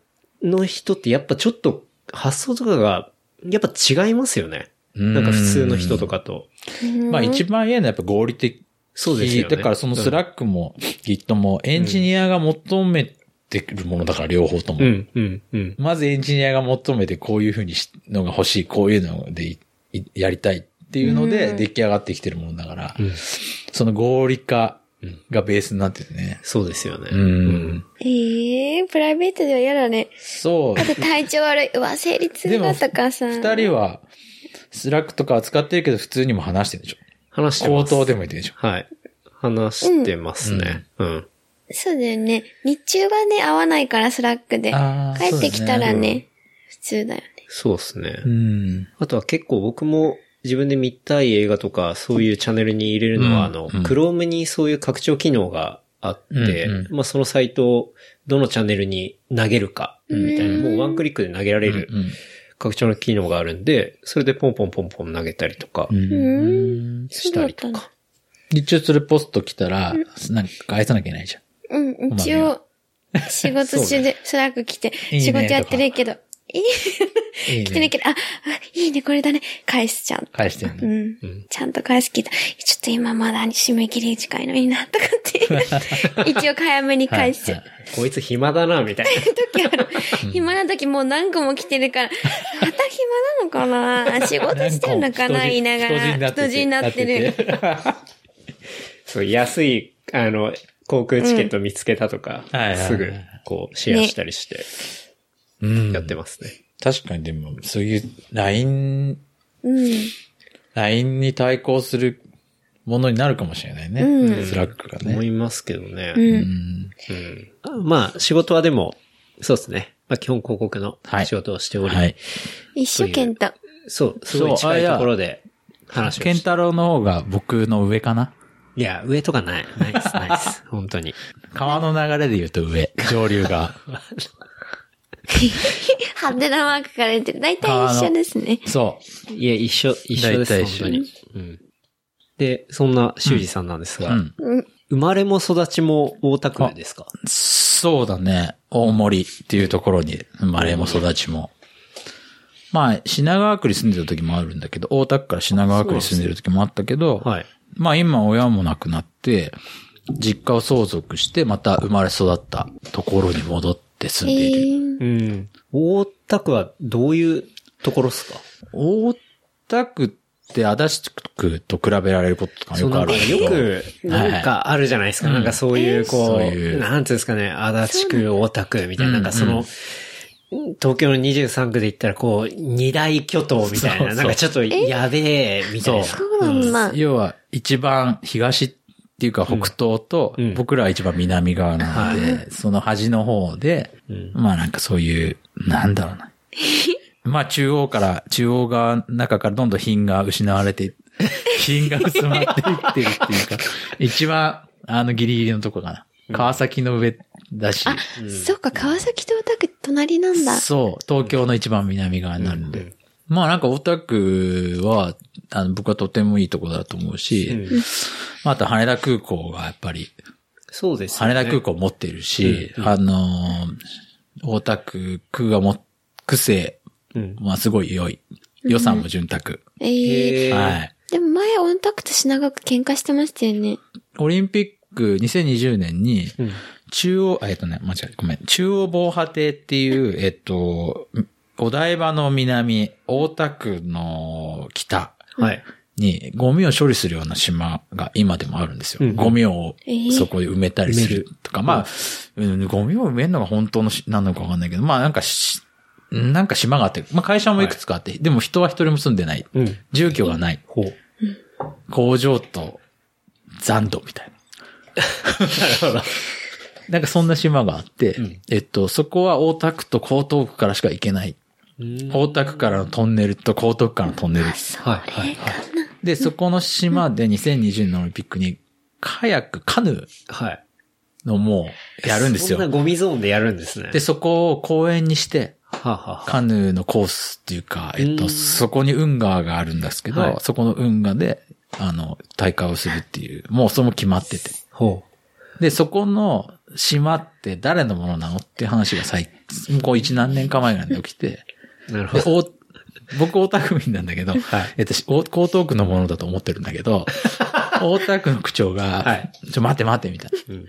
B: の人ってやっぱちょっと発想とかが、やっぱ違いますよね。
C: うん
B: なんか普通の人とかと。
C: まあ一番嫌なのはやっぱ合理的。
B: そうですよね
C: だからそのスラックも Git もエンジニアが求めてくるものだから両方とも。
B: うん、うん、うん。
C: まずエンジニアが求めてこういうふうにしのが欲しい、こういうのでいいやりたいっていうので出来上がってきてるものだから、
B: うん
C: その合理化がベースになっててね。
B: そうですよね。
C: うん。
D: ええプライベートでは嫌だね。
C: そう
D: だ。って体調悪い。うわ、生理痛
C: でも
D: だとかさ。
C: 二人は、スラックとかは使ってるけど普通にも話してるでしょ。
B: 話して
C: 口
B: ます。
C: 頭でも言ってるでしょ。
B: はい。話してますね。うん。
D: そうだよね。日中がね、合わないから、スラックで。
C: あー
D: 帰ってきたら
C: そう
D: ね、
C: だ
D: 普通だよね。
B: そうですね。
C: うん。
B: あとは結構僕も自分で見たい映画とかそういうチャンネルに入れるのは、
C: うん
B: あの、
C: うん
B: Chrome にそういう拡張機能があって、
C: うん
B: まあそのサイトをどのチャンネルに投げるか、みたいな、もうワンクリックで投げられる
C: うん
B: 拡張の機能があるんで、それでポンポンポンポン投げたりとか
C: うん
D: うん。
B: したり
D: そ
B: と
D: うだ
B: か
D: っ。
C: 一応それポスト来たら、なんか返さなきゃいけないじゃん。
D: たんだ。うん、一応、仕事中でスラック来て、
C: いいね
D: 仕事やってるけど、いい
C: いい
D: 来てるけど、あ、あいいね、これだね。返すちゃんと。
C: 返してる
D: う
C: の。
D: ん。ちゃんと返す聞いた。ちょっと今まだ締め切り近いのにな、とかって いう。一応早めに返しちゃう。
C: はい
B: こいつ暇だな、みたいな。
D: 時ある。暇な時もう何個も来てるから、また暇なの かな仕事してるのかな言いながら。人字になってる。。
B: そう、安い、あの、航空チケット見つけたとか、
C: うんはいはいはい
B: すぐ、こう、シェアしたりして、
C: うん
B: やってますね。
C: 確かにでも、そういう LINE、
D: うん。
C: LINE に対抗するものになるかもしれないね。
D: うん
C: スラックが
B: 思
C: ね。
B: いますけどね。
D: うん。
B: うんまあ、仕事はでも、そうですね。まあ、基本広告の
C: はい
B: 仕事をしており、
C: はい。
D: 一生懸命と。
B: そう、すごい近いところで話を
C: ケン
B: して。
C: タロウの方が僕の上かない
B: や、上とかない。ないです、ない です。本当に。
C: 川の流れで言うと上。上流 が。
D: 派手なマークから出てる。大体一緒ですね。
C: そう。
B: いや、一緒、一緒です、
C: 大
B: 本
C: 体一緒
B: 当に。うん。で、そんな修二さんなんですが、
C: うん。
B: 生まれも育ちも大田区ですか
C: そうだね。大森っていうところに生まれも育ちも。まあ、品川区に住んでた時もあるんだけど、大田区から品川区に住んでる時もあったけど、
B: はい。
C: まあ今親も亡くなって、実家を相続して、また生まれ育ったところに戻って
D: え
C: 住んでいる。
D: ー、
B: うん。大田区はどういうところですか
C: 大田区って足立区と比べられることとか
B: そ
C: よ
B: う
C: く
B: な
C: あ
B: んか
C: るけど
B: よく、なんかあるじゃないですか。なんかそういう、こ
C: そういう
B: う、なんていうんですかね、足立区、大田区みたいな、なんかその、東京の23区で言ったら、こう、二大巨頭みたい
C: そうそ
B: な、
C: う
B: なんかちょっとやべえ、みたいな。
C: そ
D: そうなんだ。
C: 要は一番東っていうか北東と
B: うんうん、
C: 僕らは一番南側なので、その端の方で、まあなんかそういう、なんだろう な。まあ中央から、中央側、中からどんどん品が失われ て、品が薄まっていってるっていうか、一番、あのギリギリのとこかな。川崎の上だし、
D: そうか、川崎と大田区隣なんだ。
C: そう、東京の一番南側になるんで。まあなんかオタクは、あの僕はとてもいいとこだと思うし、
B: うん
C: また羽田空港がやっぱり、
B: そうですよ
C: 羽
B: ね。
C: 田空港持ってるし、あのー大田区区がも、区政、
B: うん
C: まあすごい良い。予算も潤沢。
D: えー、
B: へー
C: はい。
D: でも前、大田区と品川区喧嘩してましたよね。
C: オリンピック2020年に、中央、あえっとね、間違えた、ごめん。中央防波堤っていう、えっと、お台場の南、大田区の北
B: はい。
C: に、ゴミを処理するような島が今でもあるんですよ。
B: うん
C: ゴミを
D: えー
C: そこで埋めたりするとか、まあ、うんゴミを埋めるのが本当のしなのかわかんないけど、まあなんかし、なんか島があって、まあ会社もいくつかあって、でも人は一人も住んでない。
B: うん。
C: 住居がない。
B: ほう。
C: 工場と残土みたいな。なんかそんな島があって、えっと、そこは大田区と江東区からしか行けない。大田区からのトンネルと江東区からのトンネル。
B: はい。はい。
C: で、そこの島で2020年のオリンピックに、カヤック、カヌー
B: はい。
C: のもうやるんですよ
B: そん。なゴミゾーンでやるんですね。
C: で、そこを公園にして、
B: はあはあはあ
C: カヌーのコースっていうか、えっ
B: う
C: と、
B: ん
C: そこに運河があるんですけど、
B: はい
C: そこの運河で、あの、大会をするっていう、もうそれも決まってて。
B: ほ
C: で、そこの島って誰のものなのっていう話が最近、こう一何年か前なんで起きて、
B: う。なるほ
C: で
B: ど。
C: お 僕大田区民なんだけど、えっと、お江東区のものだと思ってるんだ けど、大田区の区長が、
B: はい
C: ちょ、待て待て、みたいな。
B: うん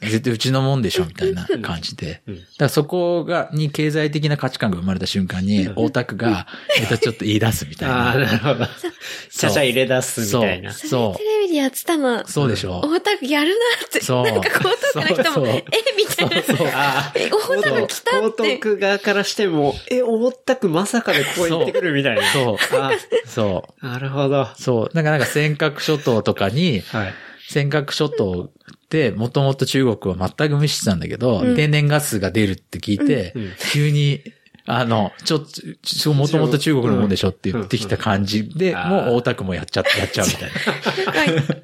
C: 絶対うちのもんでしょ、みたいな感じで。
B: うん
C: だからそこが、に経済的な価値観が生まれた瞬間に、大田 区が、えっと、ちょっと言い出すみたい
B: ああ、
C: な。
B: なるほど。ちゃちゃ入れ出すみたいな。
C: そう。そ
D: テレビでやってたの
C: う。。そうでしょ。
D: 大田区やるなって。
C: そう
D: なんか江東区の人も、
C: そうそう
D: えみたいな。
B: あ
D: え大田区来た
B: 江
D: って。
B: 東区側からしても、え、大田区まさかでこう行ってくるみたいな。
C: そう。
B: あ
C: そう。
B: なるほど。は
C: そう。なんか、なんか、尖閣諸島とかに、
B: い。
C: 尖閣諸島って、もともと中国は全く無視してたんだけど、天然ガスが出るって聞いて、
B: うん
C: 急に、あの、ちょっと、もともと中国のもんでしょって言ってきた感じで、
B: うんうん
C: もう大田区もやっちゃ、やっちゃうみたいな。
D: はい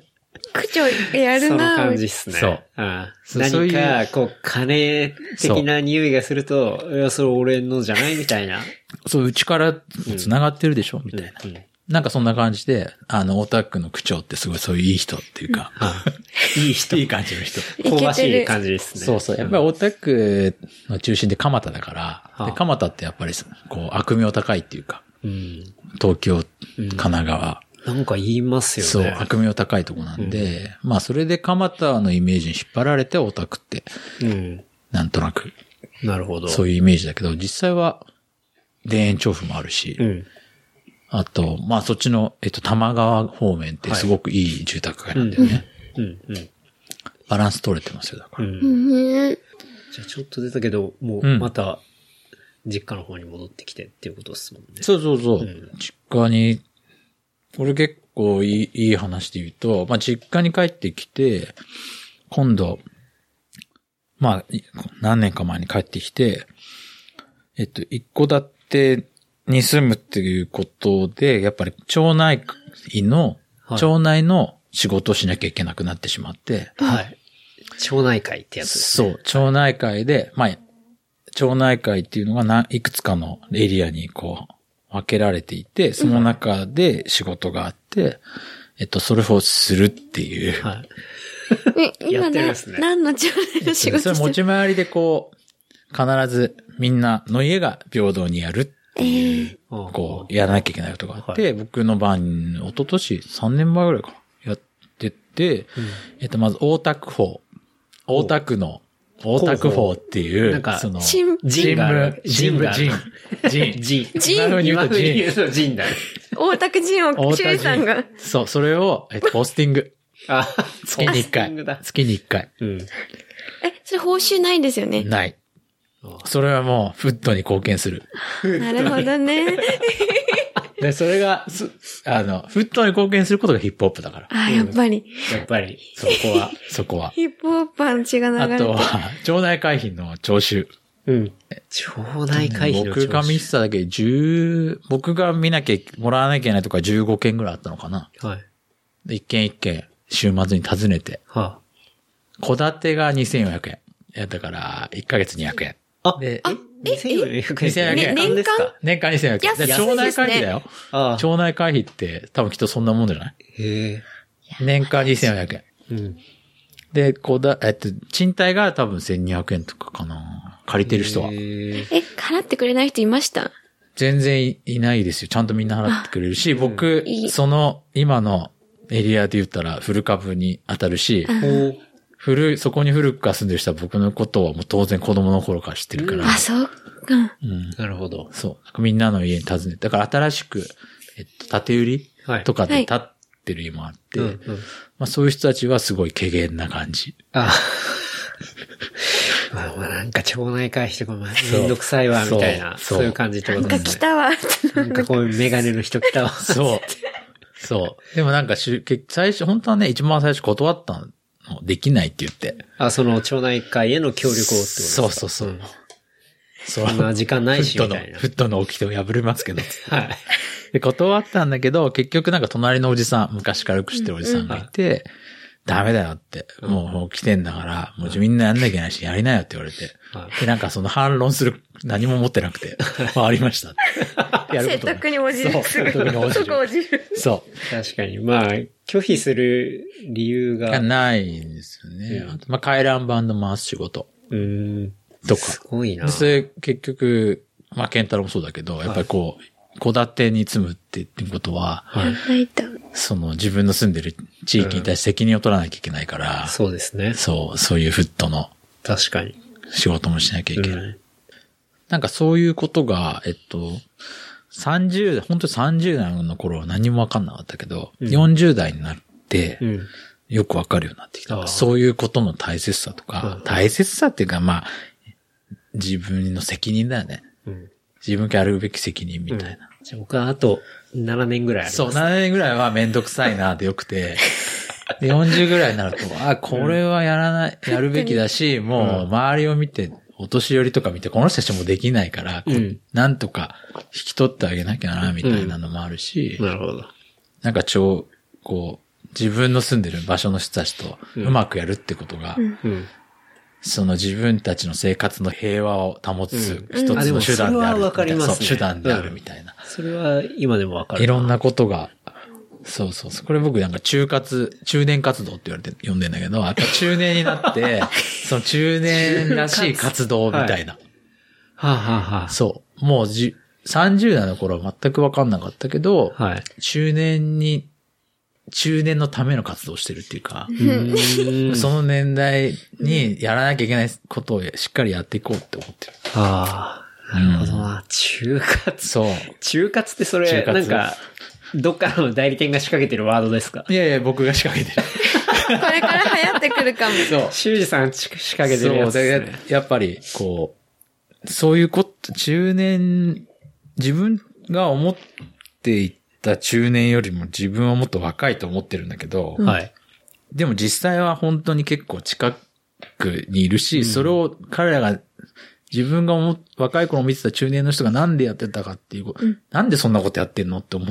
D: 区長やる
B: その
D: な
B: 感
D: ぁ
B: じっすね。
C: そう
B: ああ
C: そうそう
B: 何
C: い
B: か、こう、金的な匂いがすると、いや、それ俺のじゃないみたいな。
C: そう、うちから繋がってるでしょみたいな。
B: うん
C: なんかそんな感じで、あの、大田区の区長ってすごいそういういい人っていうか、いい人。いい感じの人。
B: 香ばしい感じですね。
C: そうそう。やっぱりオタクの中心で蒲田だから、
B: はあ
C: で蒲田ってやっぱりそ、こう、悪名高いっていうか、
B: うん。
C: 東京、神奈川、
B: なんか言いますよね。
C: そう、悪名高いとこなんで、まあそれで蒲田のイメージに引っ張られてオタクって、
B: うん。
C: なんとなく、
B: なるほど。
C: そういうイメージだけど、実際は、田園調布もあるし、
B: うん。
C: あと、まあそっちの、えっと、玉川方面ってすごくいい住宅街なんだよね。
B: うん。うん。
C: バランス取れてますよ、だから。
D: うん
B: じゃあちょっと出たけど、も
C: う
B: うんまた、実家の方に戻ってきてっていうことですもんね。
C: そうそうそう。実家に、これ結構いい、いい話で言うと、まあ、実家に帰ってきて、今度、まあ、い何年か前に帰ってきて、えっと、一戸建てに住むっていうことで、やっぱり町内の、
B: はい
C: 町内の仕事をしなきゃいけなくなってしまって、
B: はい。町内会ってやつです
C: そ
B: ね。
C: う、町内会で、まあ、町内会っていうのがないくつかのエリアにこう、分けられていて、その中で仕事があって、えっと、それをするっていう。
B: はい。
D: え、
B: や
D: 今
B: ってるん
D: な
B: ですね、
D: 何のチャンネルの仕事
C: それ
D: して
C: 持
D: る
C: ち回りでこう、必ずみんなの家が平等にやるっていう、
B: うん
C: こう、やらなきゃいけないことがあって、僕の番、一昨年3年前ぐらいかな、やってて、えっと、まず大田区法。大田区の大田区法っていう、
B: なんか
C: その、
D: 新聞
B: 人がある
C: 人部、人
B: 人が
C: 部、人部、
B: ジン。
D: ジン
B: 今風に言うとジンだね。
D: 大田区人を、
C: 大
D: シュ
C: 田
D: ウさんが
C: 人。。そう、それを、 えっと、ポスティング。
B: あ、
C: 月に一
B: ポスティング
C: 回
B: だ。
C: 月に一回。
B: うん。
D: え、それ報酬ないんですよね。
C: ない。それはもう、フットに貢献する。
D: なるほどね。
C: で、それが、すあの、フットに貢献することがヒップホップだから。
D: あ、やっぱり。
B: やっぱり。
C: そこは、そこは。
D: ヒップホッパーの血が
C: あ
D: 流れて
C: と
D: る。
C: は、町内会費の徴収。
B: うん。町内会費の
C: 僕が見
B: ス。
C: てただけで10、僕が見なきゃい、もらわなきゃいけないとか15件ぐらいあったのかな。
B: はい。
C: で一件一件、週末に訪ねて。
B: は
C: 戸建てが2400円。いや、だから、1ヶ月200円。
B: あ。あ、
C: で、
B: 2400
C: 2400
B: 年
C: 円
B: 間ですか
C: 年間2400円。
D: 安い
C: で町内会費だよ。
B: ああ。
C: 町内会費って、多分きっとそんなもんじゃない
B: へ
C: 年間2400円。
B: え。うん。
C: で、こうだ、えっと、賃貸が多分1200円とかかな。借りてる人は。
B: へえ
D: え、払ってくれない人いました
C: 全然いいないですよ。ちゃんとみんな払ってくれるし、僕
D: いい、
C: その、今のエリアで言ったら、古株に当たるし、
B: お
C: 古い、そこに古くから住んでる人は僕のことはもう当然子供の頃から知ってるから、
D: あ、そうか。
C: うん
B: なるほど。
C: そう。みんなの家に訪ねて、だから新しく、えっと、建て売り
B: はい。
C: とか
D: は
C: で
D: い
C: 建ってる家もあって、
B: うんうん
C: まあそういう人たちはすごい軽減な感じ。
B: あ あ。まあまあなんか町内会費とかまあめんどくさいわ、みたいな。
C: そう
B: そういう感じってこと
D: が
B: で
D: 来
B: すね。
D: たわ。
B: なんかこういうメガネの人来たわ。
C: そう。そう。でもなんかしゅ、結最初、本当はね、一番最初断ったの、できないって言って。
B: あ、その町内会への協力をってことです
C: そう
B: か
C: そうそう。
B: ん
C: そう。
B: こんな時間ないし、
C: フ
B: み
C: ットの
B: たい、な
C: フ。ットの起きてを破りますけど。
B: はい。
C: で、断ったんだけど、結局なんか隣のおじさん、昔からよく知ってるおじさんがいて、ダメだよって、もうもう来てんだから、もうみんなやんなきゃいけないし、やりなよって言われて
B: は。
C: で、なんかその反論する、何も持ってなく て、わかりました って。やる
D: 説
C: ことない
D: 得に応じる。
C: そう説得に応じる
D: すぐ応じる。
C: そう。
B: 確かに。まあ、拒否する理由
C: が
B: が。
C: ないんですよね。あとまあ、回覧板の回す仕事
B: うーん。
C: とか。
B: すごいな
C: で、。それ結局、まあ、ケンタロウもそうだけど、やっぱりこう、戸建てに住むっていうことは、
D: はいと。
C: その自分の住んでる地域に対して責任を取らなきゃいけないから、
B: そうですね。
C: そう、そういうフットの
B: 確かに。
C: 仕事もしなきゃいけない。
B: うん
C: なんかそういうことが、えっと、30、本当三30代の頃は何もわかんなかったけど、40代になって、
B: うん。
C: よくわかるようになってき
B: ああ
C: た。そういうことの大切さとか、
B: うん
C: 大切さっていうか、まあ、自分の責任だよね。
B: うん。
C: 自分がやるべき責任みたいな。
B: じゃあ僕はあと7年ぐらいあります。
C: そう、7年ぐらいはめんどくさいなでよくて、で40ぐらいに なると、あ、これはやらない、やるべきだし、もう周りを見て、お年寄りとか見て、この人たちもできないから、こう
B: うん
C: なんとか引き取ってあげなきゃな、みたいなのもあるし、
B: なるほど。
C: なんか超、こう、自分の住んでる場所の人たちとうまくやるってことが、
B: うん。
C: その自分たちの生活の平和を保つ
B: うん
C: 一つ
B: あで
C: の
B: も
C: 手段であ
B: それはわ
C: るみた
B: か
C: いな。
B: りますね
C: そう手段であるみたいな。
B: それは今でもわかる。
C: いろんなことが、そうそうそう。これ僕なんか中活、中年活動って言われて、呼んでんだけど、やっぱ中年にな って、その中年らしい活動みたいな。
B: はあ、はあは
C: そう。もうじ、30代の頃は全くわかんなかったけど、
B: あ、はい。
C: 中年に、中年のための活動をしてるっていうか、
B: うーん。
C: その年代にやらなきゃいけないことをしっかりやっていこうって思ってる。
B: ああ、なるほどな。中活。
C: そう。
B: 中活ってそ
C: 中
B: れ、
C: 活
B: なんか、どっかの代理店が仕掛けてるワードですか
C: いやいや、僕が仕掛けてる。
D: これから流行ってくるかも。
C: そう。
B: 修二さん仕掛けてるやつです
C: そう
B: ね。
C: でやっぱり、こう、そういうこと、中年、自分が思っていた中年よりも自分はもっと若いと思ってるんだけど、
B: はい。
C: でも実際は本当に結構近くにいるし、それを彼らが自分が思っ若い頃見てた中年の人がなんでやってたかっていう、なんでそんなことやってんのって思っ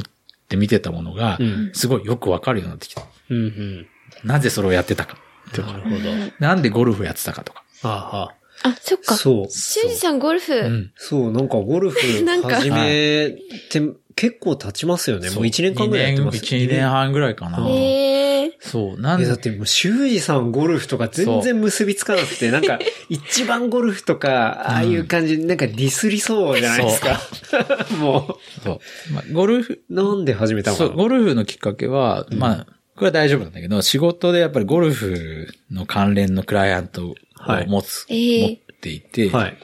C: て見てたものが、
B: うん
C: すごいよくわかるようになってきた。
B: うんうん。
C: なぜそれをやってたかと
B: な
C: か、
B: るほど。
C: なんでゴルフやってたかとか。
B: あは
D: あ、そっか。
B: そう。
D: 修二さんゴルフ。
C: うん。
B: そう、なんかゴルフ
D: なんか
B: 始めて、結構経ちますよね。もう1年間ぐらいやってます
C: 1年 ,1 年半ぐらいかな。
D: ええ
C: そう。なん
B: え、だ
C: で
B: っ、てもう、修二さんゴルフとか全然結びつかなくて、なん か、一番ゴルフとか、ああいう感じ、なんかディスりそうじゃないですか。 も
C: そう。まあ、ゴルフ、
B: う、なんで始めたのか
C: そ
B: な
C: う、ゴルフのきっかけは、まあ、これは大丈夫なんだけど、仕事でやっぱりゴルフの関連のクライアントを
B: はい
C: 持つ、
D: ええ
C: 持っていて、
B: はい。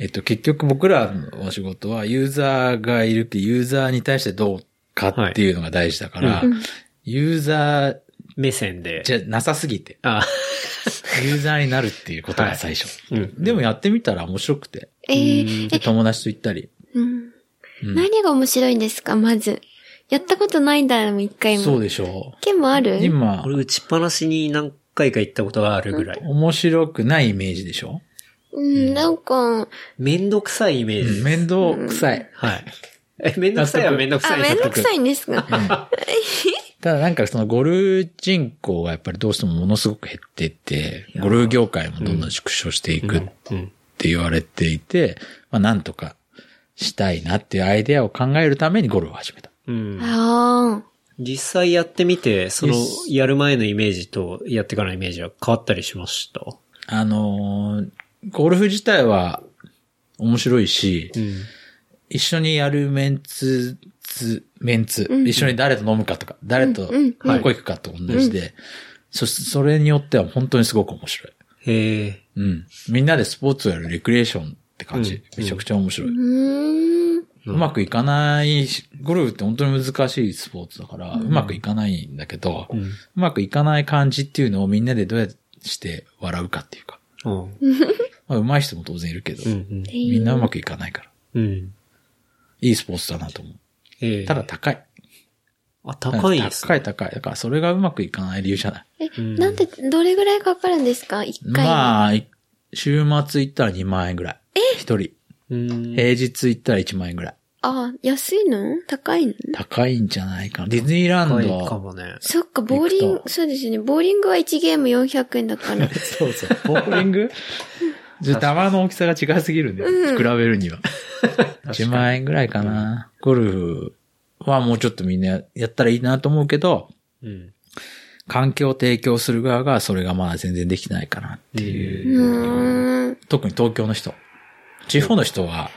C: えっと、結局僕らのお仕事はユーザーがいるけど、ユーザーに対してどうかっていうのが大事だから、
B: はい
C: ユーザー
B: 目線で。
C: じゃなさすぎて、
B: あ、
C: ユーザーになるっていうことが最初。
B: うん。
C: でもやってみたら面白くて、
D: ええ
C: で友達と行ったり。
D: うん。何が面白いんですか、まず。やったことないんだもん、一回も。
C: そうでしょ
D: 件もあ
C: う。
D: る
C: 今、
B: 俺、打ちっぱなしに何回か行ったことがあるぐらい。
C: 面白くないイメージでしょ
D: うん、なんか、
B: めんどくさいイメージです。
C: 面倒くさい。
B: はい。え、めんどくさいはめんどく
D: あ、
B: さいで
D: め
B: す
D: んどくさいんですか
C: ただなんかそのゴルフ人口がやっぱりどうしてもものすごく減っていて、ゴルフ業界もどんどん縮小していくっ
B: うん。
C: て言われていて、まあなんとかしたいなっていうアイデアを考えるためにゴルフを始めた。
B: うん。
D: ああ。
B: 実際やってみて、その
C: よ、
B: やる前のイメージとやってからのイメージは変わったりしました
C: あのーゴルフ自体は面白いし、
B: うん。
C: 一緒にやるメンツ、つメンツ、一緒に誰と飲むかとか、誰とどこ行くかと同じで、そそれによっては本当にすごく面白い。
B: へえ。
C: うん。みんなでスポーツをやるレクリエーションって感じ。めちゃくちゃ面白い。
D: うーん。
C: うまくいかないし、ゴルフって本当に難しいスポーツだから、うまくいかないんだけど、うまくいかない感じっていうのをみんなでどうやってして笑うかっていうか。
B: うん。
C: まあ、上手い人も当然いるけど、
B: うん。
C: みんなうまくいかないから。
B: うん。
C: いいスポーツだなと思う。
B: ええ。
C: ただ、高い。
B: あ、高いです
C: 高い高い。だからそれがうまくいかない理由じゃない。
D: え、なんで、どれぐらいかかるんですか一回に。
C: まあ、い週末行ったら2万円ぐらい。一人。
B: うん。
C: 平日行ったら1万円ぐらい。
D: あ、安いの高いの
C: 高いんじゃないかな。ディズニーランド
B: 高
C: はい
B: かもね。
D: そっか、ボーリン
C: 行
D: グ
C: く、
D: そうですね。ボーリングは1ゲーム400円だから。
C: そうそう。ボーリングちょっと玉の大きさが違いすぎるんで、比べるには。10万円ぐらいかな。ゴルフはもうちょっとみんなやったらいいなと思うけど、
B: うん。
C: 環境を提供する側がそれがまだ全然できてないかなって
D: う
C: いう。
D: ーん。
C: 特に東京の人。地方の人は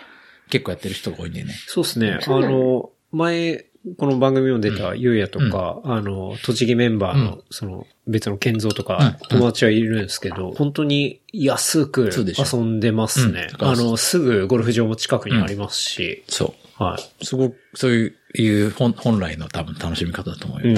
C: 結構やってる人が多いんだよね。
B: そうですね。あ
D: うなの
B: の、前、この番組も出たゆうやとか、あの、栃木メンバーの、その、別の健三とか、
C: うん
B: 友達はいるんですけど、本当に安く
C: そうでしょ
B: 遊んでますね
C: う。ん
B: あの、すぐゴルフ場も近くにありますし、
C: そ
B: は
C: う。すごく、そういう、いう本本来の多分楽しみ方だと思う
B: い。う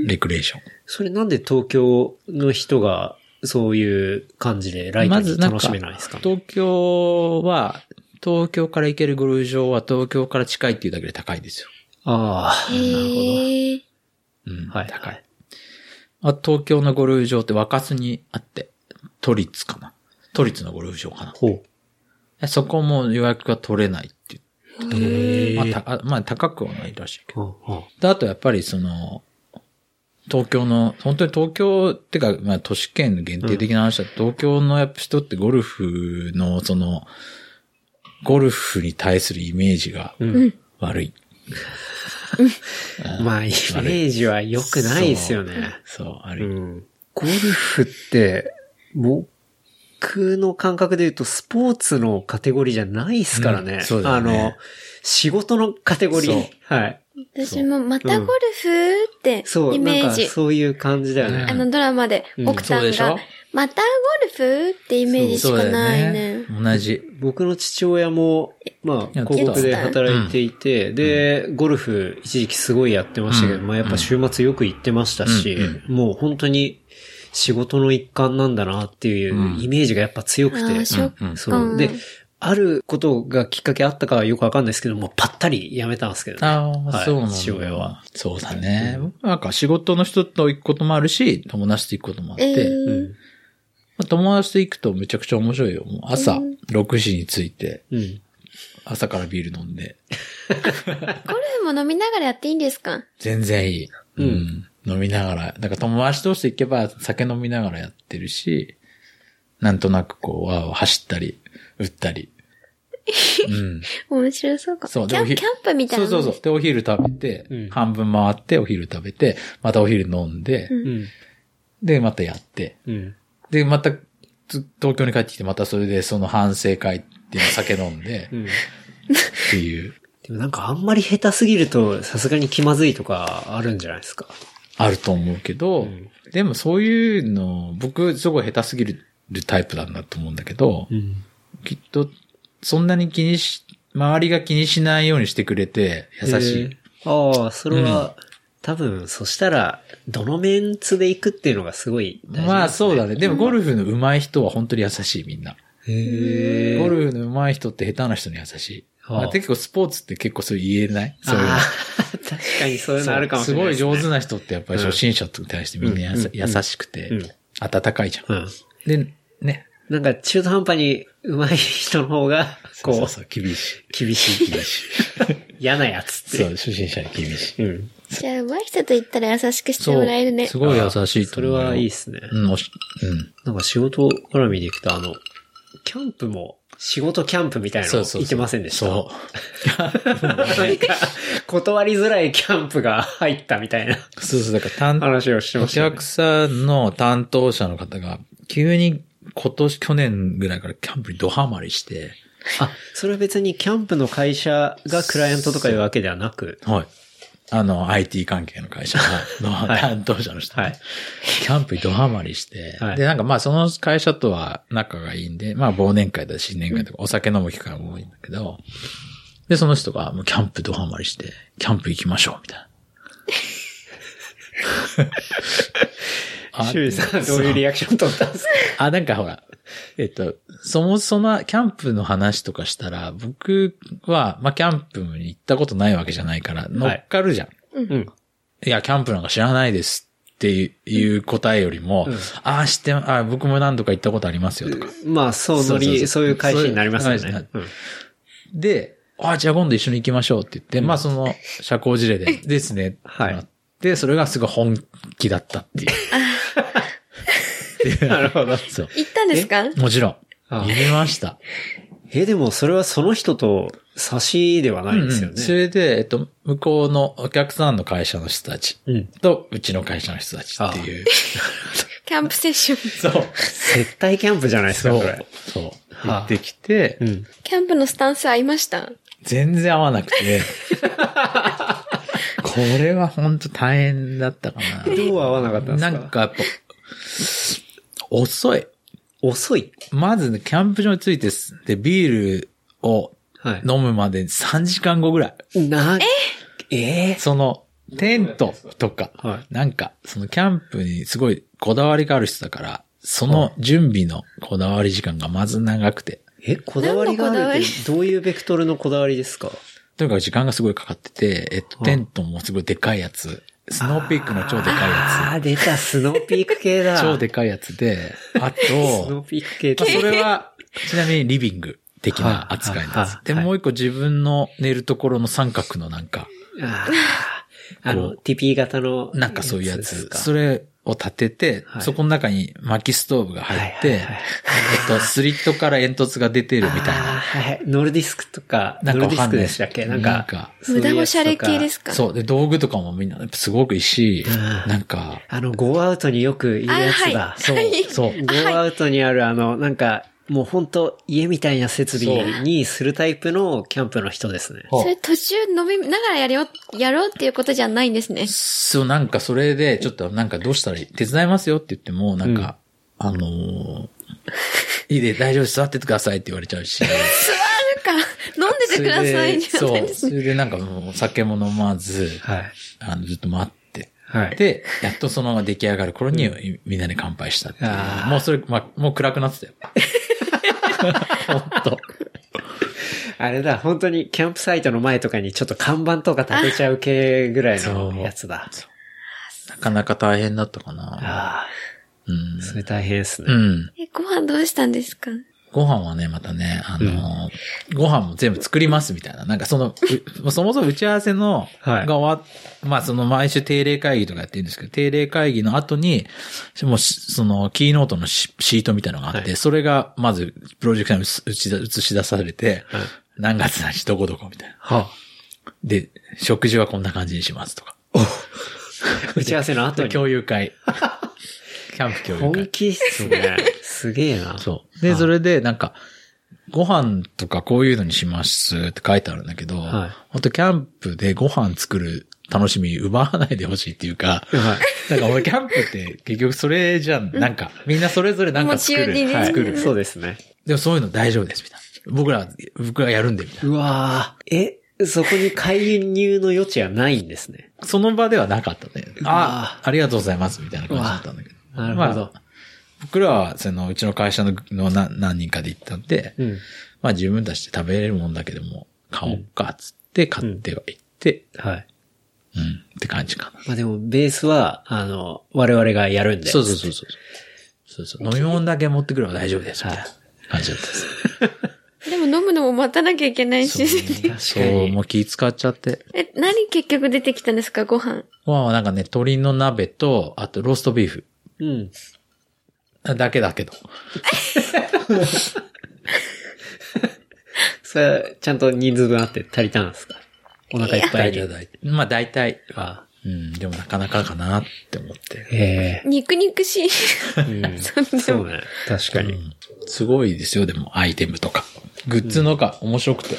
C: よ。
B: ん。
C: レクリエーション。
B: それなんで東京の人がそういう感じでライトに楽しめないですか,、
C: 東京は、東京から行けるゴルフ場は東京から近いっていうだけで高いんですよ。
B: ああ、なるほ
D: へえ。
C: うん。
B: ど。はい。
C: 高い。あ東京のゴルフ場って若洲にあって、都立かな。都立のゴルフ場かな。
B: ほ
C: えそこも予約が取れないって
B: う。へ
C: 言って、まあたあ、まあ高くはないらしいけど。
B: うんうん
C: であとやっぱりその、東京の、本当に東京ってか、まあ都市圏の限定的な話だと、東京のやっぱ人ってゴルフの、その、ゴルフに対するイメージが悪い。
B: まあ、イメージは良くないですよね。
C: そう、あ
B: う
C: る。
B: ん。ゴルフって、僕の感覚で言うとスポーツのカテゴリーじゃないですからね。
C: うんそうだよね
B: あの、仕事のカテゴリー
C: そ。
B: はい。
D: 私もまたゴルフって
B: そう、
D: イメージ
B: なんか。そういう感じだよ
D: あ
B: ね。
D: のドラマで、
B: ん
D: 奥さ
C: そうで
D: ん
C: しょ
D: が、またゴルフってイメージし
C: そう
D: か
C: だよ
D: ないね。
C: 同じ。
B: 僕の父親も、まあ、
C: やってた
B: 広告で働いていて、で、ゴルフ一時期すごいやってましたけど、
C: うん
B: まあやっぱ週末よく行ってましたし、
C: うん
B: もう本当に仕事の一環なんだなっていうイメージがやっぱ強くて、
D: ああ、ショッ
C: うん
B: そう。で、あることがきっかけあったかはよくわかんないですけど、もうパッタリやめたんですけどね。
C: ああ、
B: はい
C: そうなんだ。
B: 父親は。
C: そうだね。なんか仕事の人と行くこともあるし、友達と行くこともあっ
D: え
C: て、
D: ー
B: うん
C: まあ友達と行くとめちゃくちゃ面白いよ。もう朝、 6時に着いて、
B: うん。
C: 朝からビール飲んで、
D: ゴルフも飲みながらやっていいんですか
C: 全然いい。
B: うん
C: 飲みながら、だから友達同士で行けば酒飲みながらやってるし、なんとなくこう、わーわー走ったり、打ったり。うん。
D: 面白そうか。
C: そう、
D: キャン
C: お
D: キャ
C: ひ
D: ンプみたいな。
C: そうそうそう。で、お昼食べて、
B: うん
C: 半分回ってお昼食べて、またお昼飲んで、
D: うん
B: うん。
C: で、またやって。
B: うん。
C: で、また、つ東京に帰ってきて、またそれでその反省会っていうの酒飲んで、
B: うん。
C: っていう、
B: でもなんかあんまり下手すぎるとさすがに気まずいとかあるんじゃないですか。
C: あると思うけど、
B: うん
C: でもそういうの、僕、すごい下手すぎるタイプなんだと思うんだけど、
B: ん。
C: きっと、そんなに気にし、周りが気にしないようにしてくれて、優しい。
B: ああ、それは、多分、そしたら、どのメンツで行くっていうのがすごい大事、
C: まあそうだね。でもゴルフの上手い人は本当に優しいみんな。
B: へ
C: ゴ
B: え。
C: ルフの上手い人って下手な人に優しい。
B: はあ
C: まあ、結構スポーツって結構そう言えないそういうの
B: ああ、 確かにそういうのあるかもしれない、
C: すごい上
B: 手。
C: 手な人ってやっぱり初心者に対してみんなやさ優しくて
B: うん、
C: 温かいじゃん。
B: うん。
C: で、ね。
B: なんか中途半端に上手い人の方が、こう、
C: そうそう、厳し
B: 厳しい。厳 しい。嫌なやつ
C: い。
B: って。
C: そう、初心者に厳しい。
B: うん。
D: じゃあ、上手い人と言ったら優しくしてもらえるね。
C: すごい優しいと
B: そ
C: 思
B: れ
C: うよ
B: はいいですね。
C: うん、おしうん。
B: なんか仕事絡みでいくと、あの、キャンプも、仕事キャンプみたいなの
C: そうそうそう。
B: 行ってませんでした。
C: そ
B: なんか 断りづらいキャンプが入ったみたいな
C: う。そうそう、だから担当
B: 話をして
C: お
B: ましたよね、
C: 客さんの担当者の方が、急に今年、去年ぐらいからキャンプにドハマりして、
B: あ、それは別にキャンプの会社がクライアントとかいうわけではなく、
C: はい。あの、IT 関係の会社の
B: はい
C: 担当者の人。
B: はい
C: キャンプにドハマりして、
B: はい
C: で、なんかまあその会社とは仲がいいんで、まあ忘年会だし、新年会とかお酒飲む機会も多いんだけど、で、その人がもうキャンプドハマりして、キャンプ行きましょう、みたいな。あ
B: 修二さんどういうリアクション取ったんですか
C: あ、なんかほら、えっと、そもそもキャンプの話とかしたら、僕は、まあ、キャンプに行ったことないわけじゃないから、乗っかるじゃん。
B: うん。
C: い、や、キャンプなんか知らないですっていう答えよりも、ああ、知って、ああ、僕も何度か行ったことありますよとか。
B: まあ、そうノ
C: そうそうそ
B: リ、
C: う
B: そういう会社になりますよ
C: そういう
B: ね。うん
C: で、ああ、じゃあ今度一緒に行きましょうって言って、まあ、その、社交辞令で、ですね。
B: はい
C: ってなってそれがすごい本気だったっていう。なるほど。そう。
D: 行ったんですか
C: もちろん。
B: あ
C: 入れました。
B: え、でもそれはその人と差しではないですよ
C: う
B: ね
C: んうん。それで、えっと、向こうのお客さんの会社の人たち
B: うん。
C: と、うちの会社の人たちっていう。
D: キャンプセッション。
C: そう。
B: 絶対キャンプじゃないですか、
C: そ
B: こ
C: う
B: れ。。
C: そう。
B: あ
C: 行ってきて、
B: うん。
D: キャンプのスタンス合いました
C: 全然合わなく て。これは本当大変だったか
B: どう合わなかったん
C: な。
B: です
C: な
B: か
C: んかやっぱ、遅い。
B: 遅い。
C: まずね、キャンプ場に着いて、で、ビールを
B: はい。
C: 飲むまで3時間後ぐらい。
B: な、ええ
C: その、テントとか、
B: は
C: なんか、そのキャンプにすごいこだわりがある人だから、その準備のこだわり時間がまず長くて、
B: え、こだわりが
D: 何のこだ
B: あ
D: わ
B: るっ
D: り
B: て、どういうベクトルのこだわりですか
C: とにかく時間がすごいかかってて、えっと、テントもすごいでかいやつ、スノーピークの超でかい
B: あ
C: や
B: ー、出た、スノーピーク系
C: つ、
B: だ。
C: 超でかいやつで、あ
B: スノー
C: と、
B: ピーク系
C: まあそ
B: れ
C: れは、ちなみにリビング的な扱
B: は
C: い
B: い
C: で
B: はい
C: す
B: は。い
C: で、もう一個自分の寝るところの三角のなんか、
B: あーあ
C: こ
B: の、TP 型の。
C: なんかそういうや
B: です
C: つ、
B: か
C: それを立てて、
B: はい
C: そこの中に薪ストーブが入っ
B: はい
C: て
B: はいはい、
C: えっと、スリットから煙突が出てるみたい
B: あー
C: な。
B: はい。ノルディスクとか、
C: なん
B: ノ
C: かわ
B: ルディス
C: かん
B: ク
C: ない
B: でしたっけなん
C: なん
B: か
C: か、
B: そう
D: 無
B: いうや
D: 駄
B: つとか
D: おしゃれ系ですか
C: そう。で、道具とかもみんな、すごくいいし、なんか、
B: あの、ゴーアウトによくいるやつだ
D: あ。
C: そう、そう。
B: ゴーアウトにあるあの、なんか、もう本当家みたいな設備にするタイプのキャンプの人ですね。
C: そう
D: それ途中飲みながらやるよ、やろうっていうことじゃないんですね。
C: そう、なんかそれで、ちょっとなんかどうしたらいい手伝いますよって言っても、なんか、あのー、いいで、大丈夫です、座っててくださいって言われちゃうし。
D: 座るか、飲んでてくださいじゃ
C: そ
D: ない
C: れで
D: で
C: そ
D: す
C: う。そ
D: ね。
C: れでなんかもう、お酒も飲まず、
B: はい。
C: あの、ずっと待って。
B: はい。、
C: で、やっとそのまま出来上がる頃に、みんなで乾杯したっていう
B: あー
C: もうそれ、まあ、もう暗くなってたよ。本当。
B: あれだ、本当にキャンプサイトの前とかにちょっと看板とか立てちゃう系ぐらいのやつだ。
C: なかなか大変だったかな。
B: ああ
C: うん
B: ー、。それ大変です
C: う
B: ね。
C: ん。
D: え、ご飯どうしたんですか
C: ごご飯はね、またね、あの、ご飯も全部作りますみたいな。なんかその、う そもそも打ち合わせの、
B: はい
C: が終わっまあその毎週定例会議とかやってるんですけど、定例会議の後に、もうしそのキーノートのシシートみたいなのがあって、
B: はい
C: それがまずプロジェクターに映し出映し出されて、
B: はい
C: 何月何日どこどこみたいな。
B: は
C: で、食事はこんな感じにしますとか。
B: あ、打ち合わせの後
C: で
B: に。
C: 共有 会。キャンプ共有
B: 本
C: 会。
B: 気っすね。すげえな。
C: そう。で、それで、なんか、ご飯とかこういうのにしますって書いてあるんだけど、
B: はい
C: 本当キャンプでご飯作る楽しみ奪わないでほしいっていう か、
B: はい。
C: なんか俺キャンプって結局それじゃん。なんか、みんなそれぞれなんか作
D: 持ち寄り
C: る。
D: で
C: はい
B: 作
C: 作
B: る。
C: る。
B: そうですね。
C: でもそういうの大丈夫です、みたいな。僕ら、僕らやるんで、みたいう
B: わーえ、そこに介入の余地はないんですね。
C: な。その場ではなかったね。
B: わ
C: ああ、ありがとうございます、みたいな感じだったんだけど。
B: なるほど
C: まあ僕らは、その、うちの会社のの何何人かで行ったんで、
B: うん。
C: まあ自分たちで食べれるもんだけども、買おうか、つって買ってはいって、
B: はい。
C: うん、って感じかな。
B: まあでも、ベースは、あの、我々がやるんで。
C: そうそうそうそう。そうそう。飲み物だけ持ってくれば大丈夫です。みたいな感じだったです。
D: でも飲むのも待たなきゃいけないし。
B: 確か
C: そう、
B: に。
C: もう気使っちゃって。
D: え、何結局出てきたんですかご飯。
C: まあなんかね、鶏の鍋と、あとローストビーフ。
B: うん。
C: だけだけど。
B: それは、ちゃんと人数分あって足りたんですかお腹いっぱいに。
C: まあ大体は。
B: あ
C: うん、でもなかなかかなって思って。
B: え
D: 肉肉し い。
B: えうん
D: そうで
B: そ
D: も
B: うね。確か
C: う
B: に。
C: んすごいですよ、でも、アイテムとか。グッズのか、面白くて。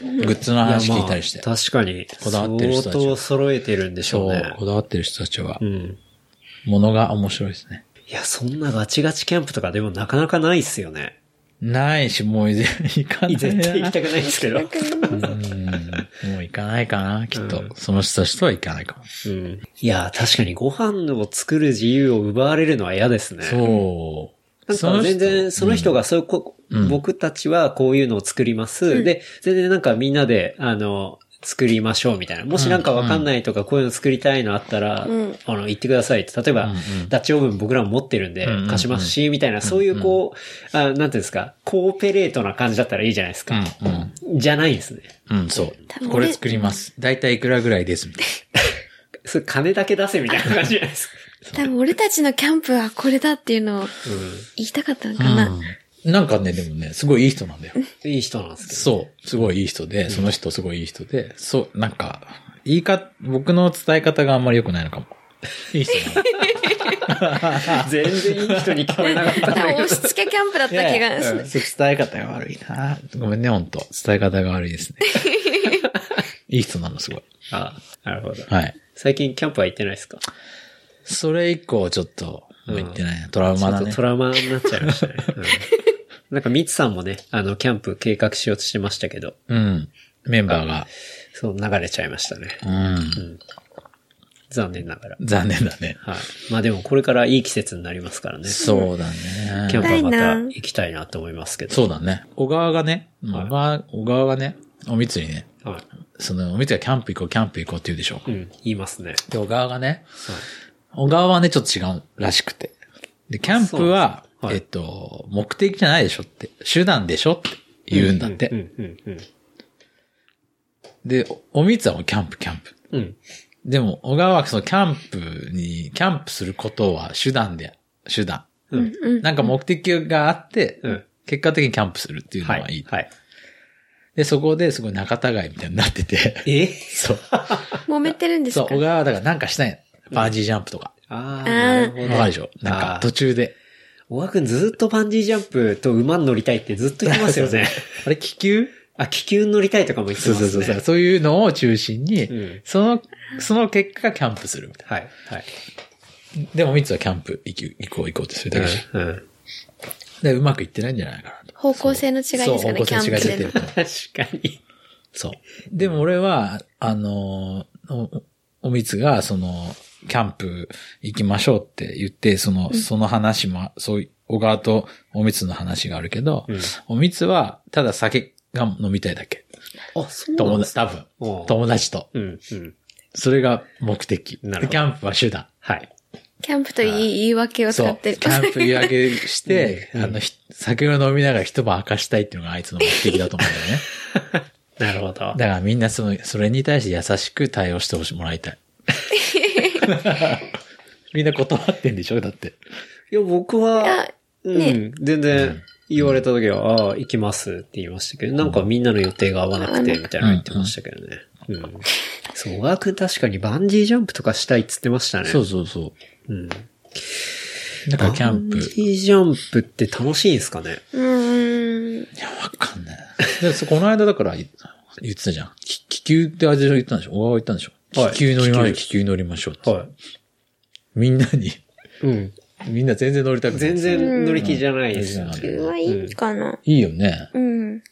C: グッズの話聞いたりして。
B: まあ確かに。
C: こだわってる人たちは
B: 相当揃えてるんでしょ
C: そうう
B: ね、。
C: こだわってる人たちは
B: う、ん。
C: ものが面白いですね。
B: いや、そんなガチガチキャンプとかでもなかなかないっすよね。
C: ないし、もうい行かないな。
B: 絶対行きたくないんですけど。
C: うんもう行かないかな、きっと。
B: うん
C: その人たちとは行かないかも。
B: うん。いや、確かにご飯を作る自由を奪われるのは嫌ですね。
C: そう。
B: なんか全然その人がそういうこ、
C: うん
B: 僕たちはこういうのを作ります。で、全然なんかみんなで、あの、作りましょうみたいな。もしなんかわかんないとか、こういうの作りたいのあったら、
D: うん
B: あの、言ってくださいって。例えば、
C: うんうん
B: ダッチオーブン僕らも持ってるんで
C: うんうん、
B: 貸しますし、みたいな、そういうこう、あなんていうんですか、コーペレートな感じだったらいいじゃないですか。
C: うん、うん。
B: じゃないですね。
C: うん、そう。これ作ります。だいたいいくらぐらいです、みたい
B: それ金だけ出せみたいな感じじゃないですか。
D: 多分俺たちのキャンプはこれだっていうのを言いたかったのかな。
C: な。なんかね、でもね、すごいいい人なんだよ。
B: うん。 いい人なんですけど。
C: そう。すごいいい人で、その人すごいいい人で、そう、なんか、言いか、僕の伝え方があんまり良くないのかも。いい人なの
B: 全然いい人に聞こえなかった
D: 多。分押し付けキャンプだった気がする。
C: そう伝え方が悪いな。ごめんね、本当伝え方が悪いです ね。いい人なの、すごい。
B: あなるほど。
C: はい。
B: 最近キャンプは行ってないですか
C: それ以降、ちょっと、もう言ってないな。トラウマだ
B: ちょっ
C: ね
B: とト。ラウマになっちゃいま したね。うんなんか、ミツさんもね、あの、キャンプ計画しようとしてましたけど、
C: うん。メンバーが。
B: そう、流れちゃいましたね。
C: うん。
B: 残念ながら。
C: 残念だね。
B: はい。まあでも、これからいい季節になりますからね。
C: そうだ
B: キャン
C: ね。
B: プはまた
D: 行きたいな
B: 行きたいなと思いますけど。
C: そうだね。小川がね、小川、小川がね、おみつにね、
B: はい。
C: その、おみつがキャンプ行こう、キャンプ行こうって言うでしょ。
B: うん、言いますね。
C: で、小川がね、小川はね、ちょっと違うらしくて。で、キャン
B: そうなんで
C: プは、
B: すねはい
C: えっと、目的じゃないでしょって、手段でしょって言うんだって。
B: うん、うん、うん。
C: で、おおみつはもうキャンプ、キャンプ。
B: うん。
C: でも、小川はそのキャンプに、キャンプすることは手段で、手段。
B: うん、
C: なんか目的があって、
B: うん
C: 結果的にキャンプするっていうの
B: は
C: はいい。
B: い。はい。
C: で、そこですごい仲違いみたいになってて。
B: え
C: そう。
D: 揉めてるんです
C: そう、
D: か
C: 小川はだからなんかしたいの。バージージャンプとか。
B: ああ、
D: ー
B: なるほ
C: わ
B: ど。
C: かるでしょなん
B: あ
C: か
B: ー
C: 途中で。
B: 小川くんずっとバンジージャンプと馬に乗りたいってずっと言ってますよね。
C: あれ気球
B: あ、気球に乗りたいとかも言って
C: そう
B: ます
C: そう
B: ね。
C: そうそう。そういうのを中心に、
B: うん
C: その、その結果がキャンプするみたい
B: はい、はい。
C: な。でも、みつはキャンプ行き行こう行こうってするだけじゃん
B: うんうん。
C: で、うまくいってないんじゃないかなと。
D: 方向性の違いですか
C: そう、
D: ね
C: 方向
D: キャン
C: 性が
D: プ
C: 出
D: で
C: て
D: の
C: る。と思う。
B: 確かに。
C: そう。でも俺は、あのー、おおみつが、その、キャンプ行きましょうって言って、その、その話も、そういう、小川とおみつの話があるけど、おみつは、ただ酒が飲みたいだけ。
B: あ、そう
C: 友
B: なんです
C: 達、多分
B: おう。
C: 友達と。
B: うん、うん。
C: それが目的。
B: なるほど
C: キャンプは手段。
B: はい。
D: キャンプといい言い訳を使
C: そ
D: っ
C: う。
D: て
C: キ
D: る。
C: ャンプ言い訳して、あの、ひ酒を飲みながら一晩明かしたいっていうのがあいつの目的だと思うんだよね。
B: なるほど。
C: だからみんなその、それに対して優しく対応してほしもらいた い。みんな断ってんでしょだって。
B: いや、僕は、うん、
D: ね
B: 全然言われた時は、ああ、行きますって言いましたけど、なんかみんなの予定が合わなくて、みたいなの言ってましたけどね。うん。そう、小川くん確かにバンジージャンプとかしたいっつってましたね。
C: そうそうそ
B: うん。
C: う。だからキャン
B: バ
C: プ
B: ン。ジージャンプって楽しいんですかね
D: うーん。
C: いや、わかん ない。で、そこの間だから言言ってたじゃん。き気球ってあれでしょ言ったんでしょ小川が言ったんでしょ
B: はい
C: 気球乗りましょう、
B: 気
C: 気球乗りましょうって。
B: は
C: みんなに、
B: い。うん。
C: みんな全然乗りたくない。
B: 全然乗り気じゃないです
C: うん
B: ね。
D: うはいいかな。
C: いいよね。
D: うん。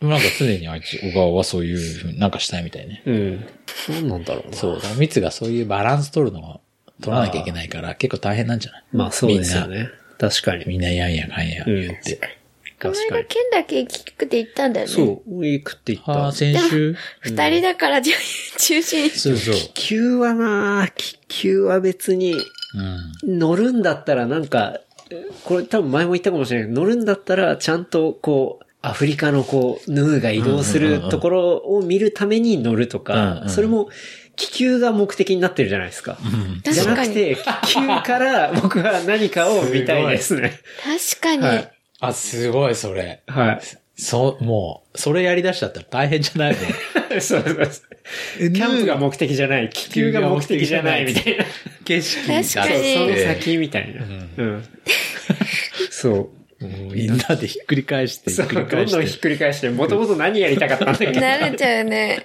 C: なんか常にあいつ、小川はそういうふうになんかしたいみたいね。
B: うん。何なんだろうな。
C: そう。だから密がそういうバランス取るのを取らなきゃいけないから、結構大変なんじゃない
B: まあそうですよ。ね。確かに。
C: みんなみんなやんやかんや言って。
D: この
B: 確か
D: 間
B: に。
D: 県だけ聞くって言ったんだよね。
B: そう、行くって言った。
C: ああ、先週
D: 二人だからじゃ中心。
C: そうそう。
B: 気球はな、気球は別に、
C: うん。
B: 乗るんだったらなんか、えこれ多分前も言ったかもしれないけど乗るんだったらちゃんとこう、アフリカのこう、ヌーが移動す
C: うんうんうんう
B: る
C: ん
B: ところを見るために乗ると
C: うんうんうん
B: か、それも気球が目的になってるじゃないですか。じゃな
D: 確か
B: く
D: に。
B: て、気球から僕は何かを見たいですね。
D: 確かに。
B: はい
C: あ、すごい、それ。
B: は
C: そう、もう、それやり出しちゃったら大変じゃない の
B: い。そうそうそう。キャンプが目的じゃない、気球が目的じゃないみたいな。
C: 景色
D: 確か
C: だ
D: に
C: と
B: そ
D: え
B: の
D: え
B: 先みたいな。うん。そう。
C: みんなでひっくり返して、ひ
B: そ
C: っ
B: う、
C: く
B: ど
C: り
B: んどん
C: 返
B: ひっ
C: し
B: くり返して、もともと何やりたかったんだっ け
D: 慣れちゃうね。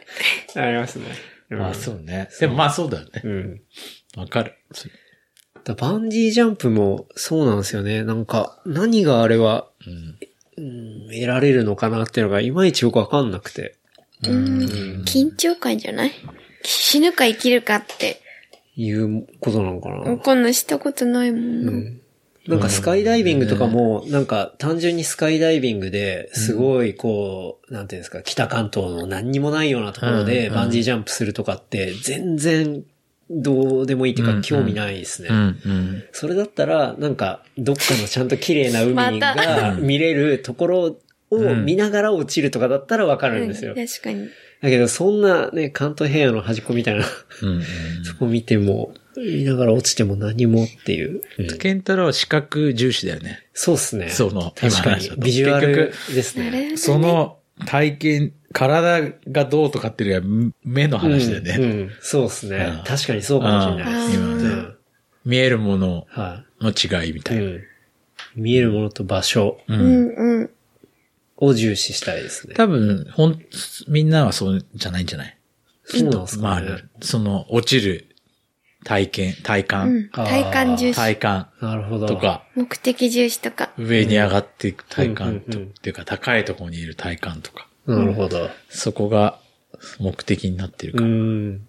B: ありますね。
C: て。まあ
B: う
C: そうね。でもまあそうだよね。
B: ん。うん。
C: わかる。
B: だバンジージャンプもそうなんですよね。なんか、何があれは、
C: うん。
B: うん得られるのかなっていうのが、いまいちよくわかんなくて。
D: うん。緊張感じゃない死ぬか生きるかって。
B: いうことなのかな。
D: こんなんしたことないもんな。
B: なんかスカイダイビングとかも、なんか単純にスカイダイビングですごいこう、なんていうんですか、北関東の何にもないようなところ
C: う
B: で
C: んうん
B: バンジージャンプするとかって全然どうでもいいっていう
C: うんう
B: か
C: ん
B: 興味ないですね。
C: ん。
B: それだったら、なんかどっかのちゃんと綺麗な海
D: ま
B: が
C: た
B: 見れるところを見ながら落ちるとかだったらわかるんですよ。
D: 確かに。
B: だけどそんなね、関東平野の端っこみたいな
C: うん。
B: とこ見ても、見ながら落ちても何もっていう。
C: うん。ケンタロウは視覚重視だよね。
B: そうっすね。
C: その、今
B: 確か
C: 話
B: に
C: だ。と
B: ビジュアル
C: 結
B: です
D: なるほど
B: ね。
D: ね
C: 局、その体験、体がどうとかっていうよりは目の話だよ
B: うん
C: ね。
B: うん。そうですね
C: う。ん
B: 確かにそうかもしれないです。
D: うん
B: う
C: 今ね
B: ん。
C: 見えるもの
B: は
C: の違いみた
B: い。
C: いうな。
B: ん。見えるものと場所
C: う
D: う。んうん。
B: を重視したいですね。
C: 多分、ほん、みんなはそうじゃないんじゃない
B: そうなんです
C: ま
B: か
C: あ
B: ね。、
C: その、落ちる体験、体
D: うん
C: 感、
B: あー
D: 体感重視。
C: 体感
B: なるほど。
C: と。か、
D: 目的重視とか。
C: 上に上がっていく体感
B: うんう
C: と、
B: んうん
C: っていうか、高いところにいる体感とか、
B: なるほど。
C: そこが目的になってる
B: う
C: から。
B: ん。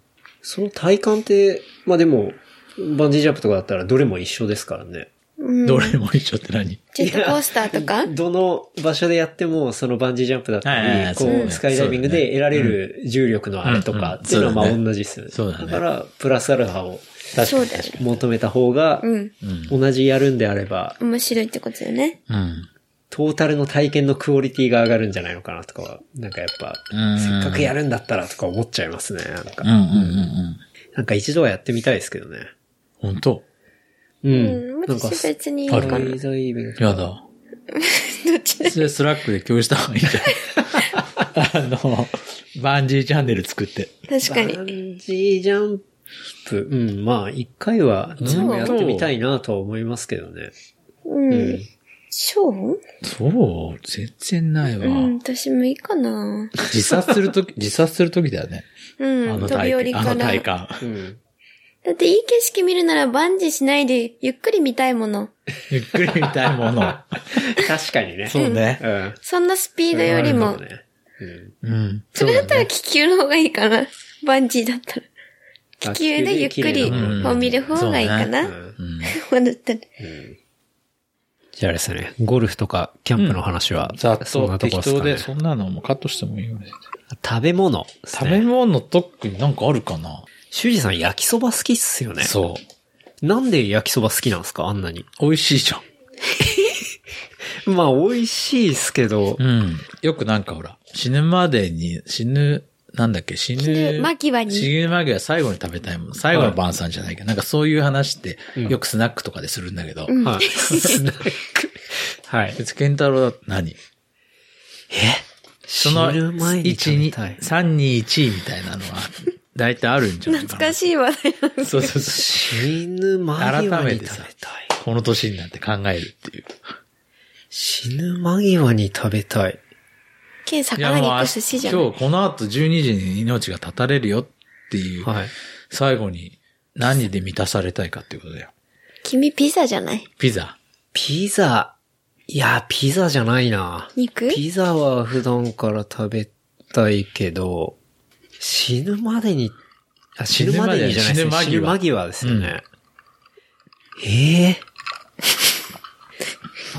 B: その体感って、まあでも、バンジージャンプとかだったらどれも一緒ですからね。
D: うん。
C: どれも一緒って何
D: ジェットコースターとか
B: どの場所でやっても、そのバンジージャンプだった
C: はいはいは
B: り、
C: い
B: こ
C: そうだ
B: う、
C: ね
B: スカイダイビングで得られる重力のあれとか
C: うん
B: っていうのはまあ
C: うんうん
B: 同じですよね。
C: そうだね
B: から、プラスアルファを
D: そうだよね。
B: 求めた方が、
D: うん。
B: 同じやるんであれば、
D: 面白いってことだよね。
C: うん。
B: トータルの体験のクオリティが上がるんじゃないのかなとかは、なんかやっぱ、
C: うん
B: せっかくやるんだったらとか思っちゃいますね。なん
C: うんうんうん
B: か、
C: うん。
B: なんか一度はやってみたいですけどね。
C: 本当
B: う
D: うんん。。
B: なんか、
D: 私
B: ス
D: 別にいい
B: カ
D: か
B: イ
D: な。どっ
B: ダイビング。
C: やだ。
D: ち
C: それスラックで共有した方がいいんじ ゃないあの、バンジーチャンネル作って。
D: 確かに
B: バ。ンジージャンプ。うん、まあ、一回は自分もやってみたいなとは思いますけどね。
D: うん。ショー
C: そう全然ないわ。
D: うん、私もいいかな。
C: 自殺するとき、自 殺するときだよね。
D: う
C: あ
D: ん、
C: の
D: 飛び降
C: 体
D: り
C: 験。あ
D: か
C: の
D: な。
C: 体感。
B: うん。
D: だっていい景色見るならバンジーしないでゆっくり見たいもの。
C: ゆっくり見たいもの。
B: 確かにね。
C: そうね。
B: うん。
D: そんなスピードよりも。
B: ね。うん。
C: うん。
D: それだったら気球の方がいいかな。バンジーだったら。
B: 気
D: 気球でゆっくり
C: うん
D: を見る方がいいかな。
B: う
D: こ
B: ん
C: うん
D: うだったら。
B: じゃあですね、ゴルフとかキャンプの話は、
C: ざっ
B: そん
C: と
B: なとこ
C: 適
B: ろです
C: 当
B: かね
C: で、。そんなのもうカットしてもいいよね。
B: 食べ物です
C: 食
B: ね、
C: べ物特になんかあるかな
B: 修二さん焼きそば好きっすよね。
C: そう。
B: なんで焼きそば好きなんですかあんなに。
C: 美味しいじゃん。
B: まあ、美味しいですけど、
C: うん。よくなんかほら、死ぬまでに、死ぬ、なんだっけ、死ぬ。
D: 間際に
C: 死ぬ間際最後に食べたいもの。最後の晩餐じゃないけど、なんかそういう話って、よくスナックとかでするんだけど。
B: はい。スナックはい。
C: 別にケンタロウだと何その、
B: 死ぬ
C: 1、
B: 前に食べ
C: 2、
B: たい
C: 3、2、1みたいなのは、だいたいあるんじゃないかな。
D: 懐かしいわ ね。
C: そうそうそう。
B: 死ぬ間
C: 改
B: 際
C: め
B: に食
C: て
B: べた
C: さ
B: い。、
C: この年になって考えるっていう。
B: 死ぬ間際に食べたい。
D: ケン
C: いや
D: 魚
C: もう
D: 肉
C: あ
D: 寿司じゃん。
C: 今日この後12時に命が絶たれるよっていう、
B: はい。
C: 最後に何で満たされたいかっていうことだよ。
D: 君ピザじゃない
C: ピザ。
B: ピザ。いや、ピザじゃないな。
D: 肉
B: ピザは普段から食べたいけど、死ぬまでに、あ死ぬまでにじゃないですね。
C: 死
B: 死
C: ぬ
B: ぬ間
C: 間際
B: 際ですよね。ええ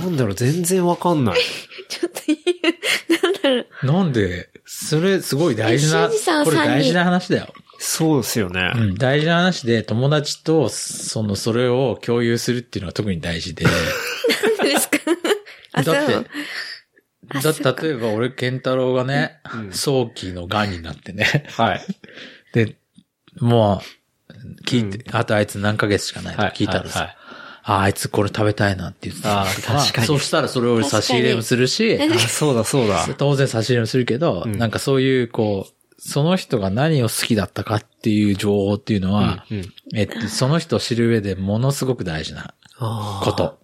B: なんだろう、全然わかんない。
D: ちょっと言う。なんだろう。
C: なんで、それすごい大事
D: え
C: な
D: 修二さ、ん
C: これ
D: さんに
C: 大事な話だよ。
B: そうですよね。
C: うん、大事な話で友達と、その、それを共有するっていうのは特に大事で。
D: なんでですかあ、そ
C: だっ
D: う
C: て。、だ、例えば俺、ケンタロウがね、早期の癌になってね。
B: はい。
C: で、もう、聞いて、あとあいつ何ヶ月しかないと
B: はい。
C: 聞いたらさ、
B: はいはい
C: あ、あいつこれ食べたいなって言ってた
B: あー確かに
C: そうしたらそれを俺差し入れもするし、
B: あ、そうだそうだ。
C: 当然差し入れもするけど、
B: ん
C: なんかそういう、こう、その人が何を好きだったかっていう情報っていうのは、
B: うんうん
C: えっと、その人を知る上でものすごく大事な
B: あー
C: こと。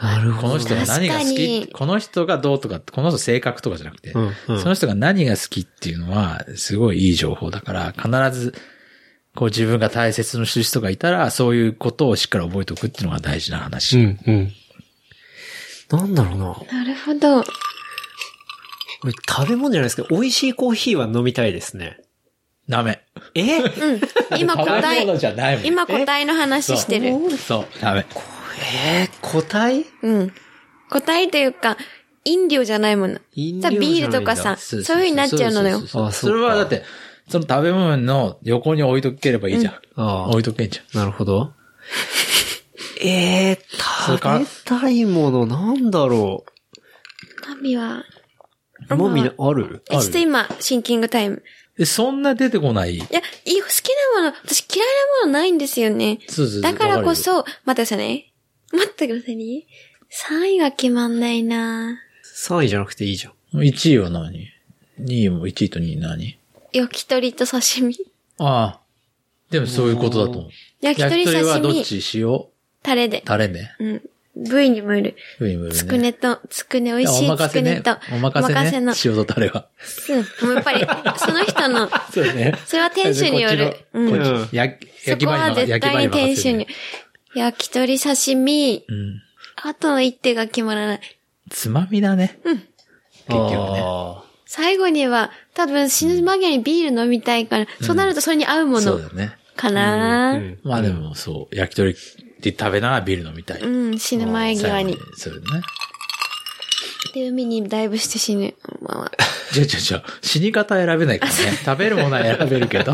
B: なる
C: こ
B: ほ
C: の
B: ど。
C: 人が何が好
D: 確か
C: き
D: に
C: この人がどうとかって、この人性格とかじゃなくて、
B: うんうん
C: その人が何が好きっていうのは、すごいいい情報だから、必ず、こう自分が大切な人がいたら、そういうことをしっかり覚えておくっていうのが大事な
B: う
C: 話。
B: ん、うん。なんだろうな。
D: なるほど。
B: これ食べ物じゃないですけど、美味しいコーヒーは飲みたいですね。
C: ダメ。
B: え
D: うん。今答
C: 食べ物
D: え、
C: じゃないもん。
D: 今答えの話してる。
C: そう、ダメ。
B: えー、個体
D: うん。答えというか、飲料じゃないもの。
B: 飲
D: さ、
B: 料じゃないんだ
D: ビールとかさ、そういう風になっちゃうのよ
C: そ。そ
B: あ
C: そ
B: そう
C: れ
B: か
C: はだって、その食べ物の横に置いとければいいじゃん。
B: ああ
C: 置いとけんじゃん。
B: なるほど。えー、
C: れか
B: 食
C: ら
B: べたいものなんだろ
D: 神は、
B: う。もみある
D: えちょっと今、シンキングタイム。
C: えそんな出てこない。
D: いや、いい好きなもの、私嫌いなものないんですよね。
C: そうそうそう
D: だからこそ、待ってくださいね。待ってくださいね。3位が決まんないな
B: ?3 位じゃなくていいじゃん。
C: 1位は何 ?2 位も1位と2位何
D: 焼き鳥と刺身。
C: ああ。でもそういうことだと思う。
D: 焼き鳥刺身
C: はどっち塩
D: タレで。
C: タレね。
D: うん。部位にもよる。
C: ブイブイね
D: つくねと、つくね、美味し
C: お
D: い
C: 任
D: つ
C: せ
D: くね
C: ね
D: と。。
C: お任せね。
D: の。
C: 塩とタレは。
D: うん。もうやっぱり、その人の、
C: そうね。
D: それは店主による。
C: こっち
D: う
C: の
D: ん。
C: こっち
B: うん
C: 焼き
D: そ
C: 焼き
D: こ
C: 場
D: は
C: に任
D: 絶
C: 焼き
D: 対
C: 場
D: に
C: 任
D: 店
C: せ
D: 主
C: る
D: に
C: ね。。
D: 焼き鳥刺身、
C: うん。
D: あとの一手が決まらない。
C: つまみだね。結局ね。
B: あ
D: 最後には、多分死ぬ間際にビール飲みたいから、そうなるとそれに合うも
C: そ
D: の
C: うだね。
D: かな、う
B: ーうんん
C: まあでもそう、焼き鳥って食べながらビール飲みたい。
D: 死ぬ前際に。
C: そうだね。
D: で、海にダイブして死ぬ。まあまあ
C: じゃあじゃあじゃあ死に方は選べない からね。食べるものは選べるけど、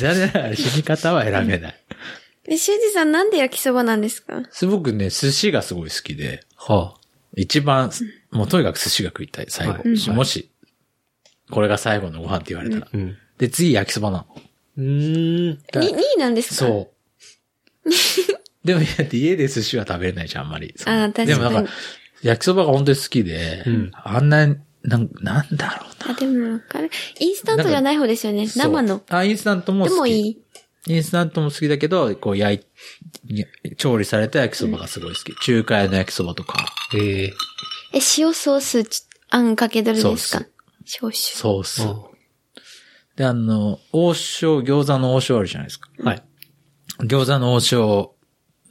C: 残念ながら死に方は選べない。
D: で、修二さんなんで焼きそばなんですか
C: すごくね、寿司がすごい好きで、
B: は
C: 一番、もうとにかく寿司が食いたい、最後。
B: はい
C: もし、これが最後のご飯って言われたら。
B: あ。うん。
C: で、次焼きそばなの。
B: うーん。
D: に ?2 位なんですか
C: そう。でも、いや家で寿司は食べれないじゃん、あんまり。その
D: あー確かに
C: でもなんか、焼きそばが本当に好きで、
B: ん
C: あんな、なん、なんだろう
D: あ、でもわかる。インスタントじゃない方ですよね。
C: な。
D: 生
C: そ
D: の
C: う。。あ、インスタントも好
D: で
C: き。
D: もいい。
C: インスタントも好きだけど、こう焼い、調理された焼きそばがすごい好き。中華屋の焼きそばとか、
B: ええ
D: え、塩ソースち、あんかけどれです
C: ソ
D: か少々。
C: ソース。
B: あ
C: で、あの、王将、餃子の王将あるじゃないですか。
B: はい。
C: 餃子の王将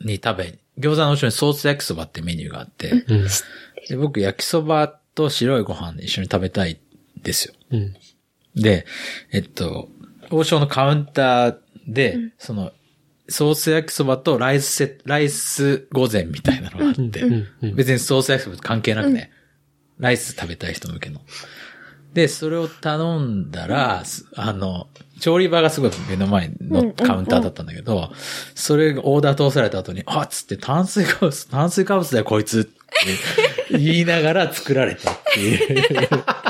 C: に食べ、餃子の王将にソース焼きそばってメニューがあって、
B: うん。
C: で僕焼きそばと白いご飯一緒に食べたいんですよ。
B: うん。
C: で、えっと、王将のカウンターで、その、ソース焼きそばとライスセット、ライス午前みたいなのがあって、
B: うんうん
C: 別にソース焼きそばと関係なくね、ライス食べたい人向けの。で、それを頼んだら、すあの、調理場がすごい目の前のカウンターだったんだけど、それがオーダー通された後に、あっつって炭水化物、炭水化物だよこいつって言いながら作られたっていう。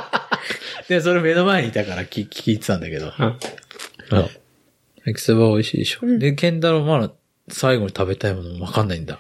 C: で、それ目の前にいたから聞聞いてたんだけど。うん。焼きそばは美味しいでしょ。で、ケンタロウまだ最後に食べたいものもわかんないんだ。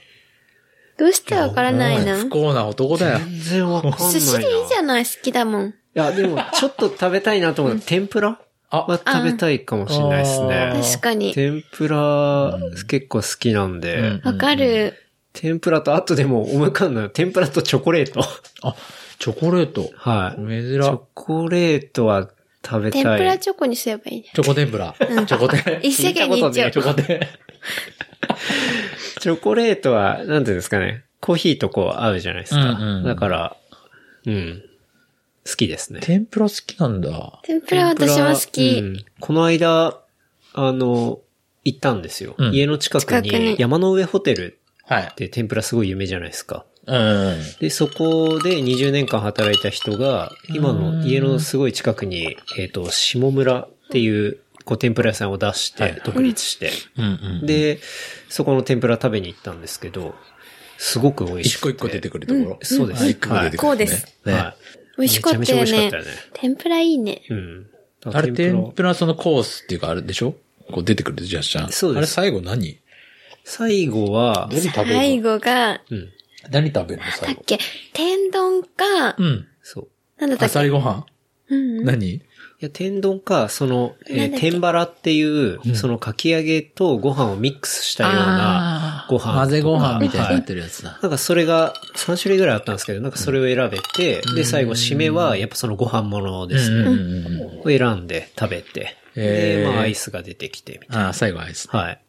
D: どうしてわからない
C: お前
D: な
C: 不。幸な男だよ。
B: 全然わかんないな。
D: 寿司でいいじゃない、好きだもん。
B: いや、でも、ちょっと食べたいなと思った。天ぷら
C: あ
B: は食べたいかもしれないです
C: あー
B: ね。
D: 確かに。
B: 天ぷら、結構好きなんで、
C: うん
D: わかる。
B: 天ぷらと、あとでも思い浮かんだのは天ぷらとチョコレー ト。
C: あ、チョコレート。
B: はい。チ
C: 珍
B: ョコレートは食べたい。
D: 天ぷらチョコにすればいいね。
C: チョコ天ぷら。チョコ天。
D: 一世間に一丁
C: チョコ天。
B: チョコレートは、なんていうんですかね。コーヒーとこう合うじゃないですか。
C: うんうん
B: だから、うん。好きですね。
C: 天ぷら好きなんだ。
D: 天ぷらは私も好
B: う
D: き。
B: んこの間、あの、行ったんですよ。
C: うん
B: 家の近く
D: 近くに
B: に山の上ホテル
C: はい
B: っ。て天ぷらすごい有名じゃないですか。
C: うん。
B: で、そこで20年間働いた人が、今の家のすごい近くに、えっ、と、下村っていう、こう、天ぷら屋さんを出して、独立して、
C: うんうん。
B: で、そこの天ぷら食べに行ったんですけど、すごく美味し
C: 一
B: く
C: 個一個出てくるところ。
B: そうです
C: あ一個一個出てくるね。
D: こうです
B: はい
C: ね。
D: 美味しかっ
B: め
D: た
B: ちゃ
D: よ
B: めちゃ美味
D: ね
B: しかったよね。
D: 天ぷらいいね。
B: うん。
C: あれ天
B: 天ぷら
C: ぷらそのコースっていうかあれでしょこう出てくるじゃんじゃん。
B: そうです
C: あれ最後何
B: 最後は、
C: 何食べ
D: 最
C: るの
D: 後が、
B: うん、
C: 何食べるの
D: だ
C: 最
D: っ
C: 後。
D: け、天丼か、
C: うん。
B: そう。
D: なんだった
C: あ
D: っけ
C: さりご飯
D: うんうん。
C: 何
B: いや、天丼か、その、え
D: なん
B: ー
D: だっけ
B: 天ばらっていう、
C: ん
B: そのかき揚げとご飯をミックスしたようなご飯。
C: 混ぜご飯みたいにな
B: は
C: っ。てるやつだ。
B: なんかそれが3種類ぐらいあったんですけど、なんかそれを選べて、で、最後締めはやっぱそのご飯ものですね。
C: うんうんうんうん
B: を選んで食べて、
C: へ
B: で、
C: ー
B: まあアイスが出てきて、みたい
C: ああ、最後アイス。
B: な。はい。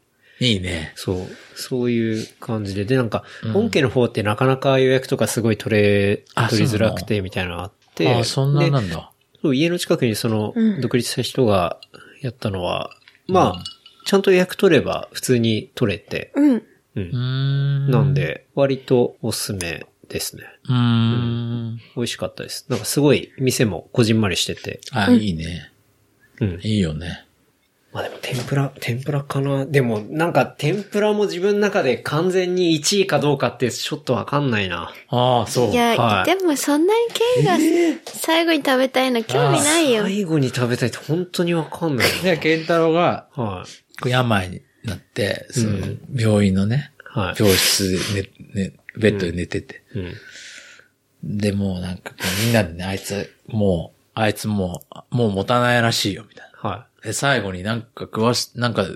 C: いいね。
B: そう。そういう感じで。で、なんか、本家の方ってなかなか予約とかすごい取れ、
C: あ
B: 取りづらくて、みたいなのあって。
C: ああ、そんなな
B: で
C: んだ。
B: そう家の近くにその
D: うん、
B: 独立した人がやったのは、まあ、ちゃんと予約取れば普通に取れて、
D: う
B: う
D: ん。
B: ん
C: うーん。
B: なんで、割とおすすめですね。
C: うーん。
B: 美味しかったです。なんかすごい店もこじんまりしてて。
C: あ、いいね。
B: うん。
C: いいよね。
B: まあでも天ぷら、天ぷらかな。でもなんか天ぷらも自分の中で完全に1位かどうかってちょっとわかんないな。
C: ああ、そう。
D: いや、
B: はい
D: でもそんなにケンが最後に食べたいの興味ないよ。
B: 最後に食べたいって本当にわかんない
C: で、ケンタロウが、
B: な。 はい。
C: こう病になって、その
B: うん、
C: 病院のね、
B: はい。
C: 病室で寝、ね、ベッドで寝てて。
B: うん。
C: で、もうなんかこう、みんなでね、あいつ、もう、あいつもう、もう持たないらしいよ、みたい
B: は
C: な。で、最後になんか食わし、なんか、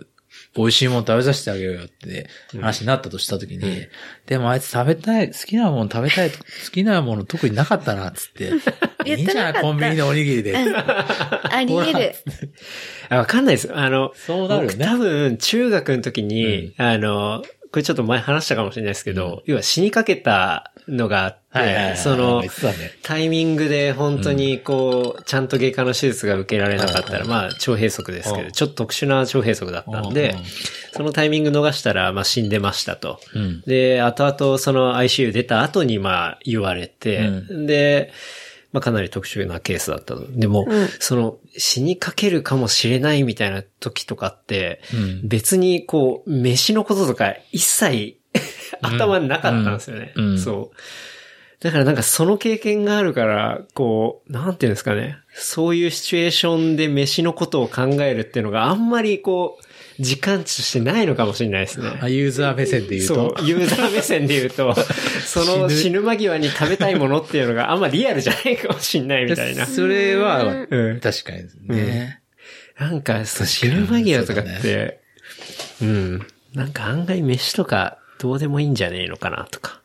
C: 美味しいもの食べさせてあげようよって話になったとしたときに、でもあいつ食べたい、好きなもの食べたい、好きなもの特になかったな、つって。
D: 言
C: いいん
D: ってなかった
C: じゃないコンビニのおにぎりで。
D: あり得る。
B: い。わかんないです。あの、
C: そうなるよね
B: 僕多分、中学の時に、あの、これちょっと前話したかもしれないですけど、要は死にかけたのがあって、
C: はいはいはい。
B: その
C: 言ってたね
B: タイミングで本当にこう、ちゃんと外科の手術が受けられなかったら、まあ、腸閉塞ですけ
C: う
B: ど、
C: ん
B: ちょっと特殊な腸閉塞だったん
C: う
B: で
C: んうん、
B: そのタイミング逃したら、まあ、死んでましたと。
C: うん。
B: で、後々その ICU 出た後にまあ言われて、
C: う
B: で、まあかなり特殊なケースだったと。でも、
D: うん
B: その死にかけるかもしれないみたいな時とかって、
C: うん
B: 別にこう、飯のこととか一切頭になかったんですよね、
C: うんうん
B: そう。だからなんかその経験があるから、こう、なんていうんですかね。そういうシチュエーションで飯のことを考えるっていうのがあんまりこう、時間値としてないのかもしれないですね。
C: あユーザー目線で言うと。
B: そう、ユーザー目線で言う と、その
C: 死ぬ
B: 死ぬ間際に食べたいものっていうのがあんまリアルじゃないかもしんないみたいな。
C: それは、
B: うん。
C: 確かにね。
B: なんか、そう、死ぬ間際とかっ
C: そう
B: て、うん。なんか案外飯とかどうでもいいんじゃねえのかなとか。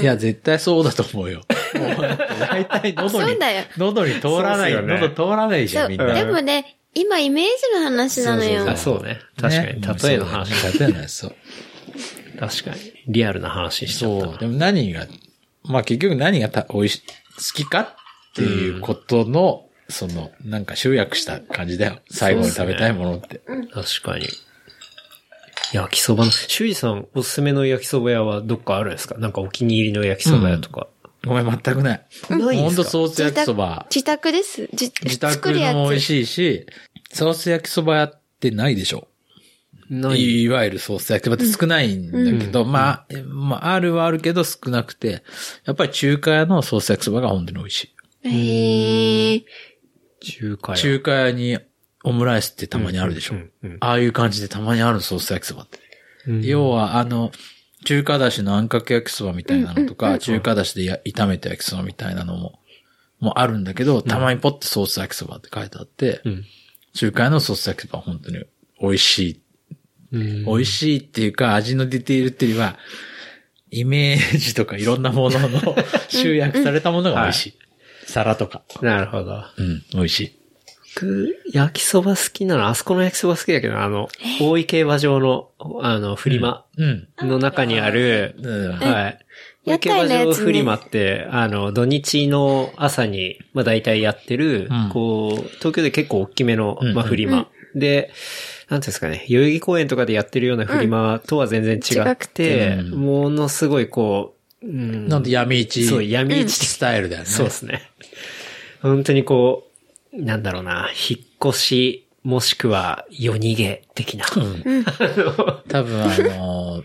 C: いや、絶対そうだと思うよ。もう大体喉
D: そ
C: に
D: うだよ、
C: 喉に通らない、
B: そうっすよね
C: 喉通らないじ
D: そ
C: ゃ
D: う。
C: ん、み
D: で
C: んな。
D: もね、今イメージの話なのよ。
B: あ、そうね。確かに、
C: ね
B: 例えの話。
C: そうだよね例えの話、そう。
B: 確かに。リアルな話しちゃった
C: そう。
B: な。
C: でも何が、まあ結局何がたおいし好きかっていうことの、その、なんか集約した感じだよ。最後に食べたいものって。
B: 確かに。焼きそばの、修二さんおすすめの焼きそば屋はどっかあるんですかなんかお気に入りの焼きそば屋とか。
C: ごめん、全くない。
B: ないん
C: ほ
B: で
C: ん
B: す
C: と
B: か
C: ソース焼きそば。
D: 自宅です。じ
C: 自
D: 作
C: 宅
D: るや
C: の美味
D: つ。
C: しいし、ソース焼きそばやってないでしょ。
B: ない。
C: いわゆるソース焼きそばって少ないんだけど、まあ、えまあ、あるはあるけど少なくて、やっぱり中華屋のソース焼きそばが本当に美味しい。
D: へえ。
B: 中華屋。
C: 中華屋にオムライスってたまにあるでしょ。
B: うんうんうん
C: ああいう感じでたまにあるソース焼きそばって。
B: うん
C: 要は、あの、中華だしのあんかけ焼きそばみたいなのとか、中華だしでや炒めた焼きそばみたいなのも、もあるんだけど、たまにポッてソース焼きそばって書いてあって、
B: うん
C: 中華屋のソース焼きそばは本当に美味しい。
B: うん
C: 美味しいっていうか、味のディテールっていうよりは、イメージとかいろんなもの の集約されたものが美味しい。皿とか。
B: なるほど。
C: うん、美味しい。
B: 僕、焼きそば好きなの、あそこの焼きそば好きだけど、あの、大井競馬場の、あの、フリマ
C: うん。
B: の中にある、
C: うん
B: はい。
D: 屋
B: 競馬
D: 台のやつね
B: 場フリマって、あの、土日の朝に、まあ大体やってる、
C: うん
B: こう、東京で結構大きめの、
C: うん
B: まあフリマ。で、なんていうんですかね、代々木公園とかでやってるようなフリマとは全然違
D: うん違
B: っ
D: く
B: て、
C: うん
B: ものすごいこう、うん
C: なんで闇市。
B: そう、闇市
C: スタイルだよね。
B: そうですね。本当にこう、なんだろうな、引っ越し、もしくは夜逃げ的な。
C: 多分あのー、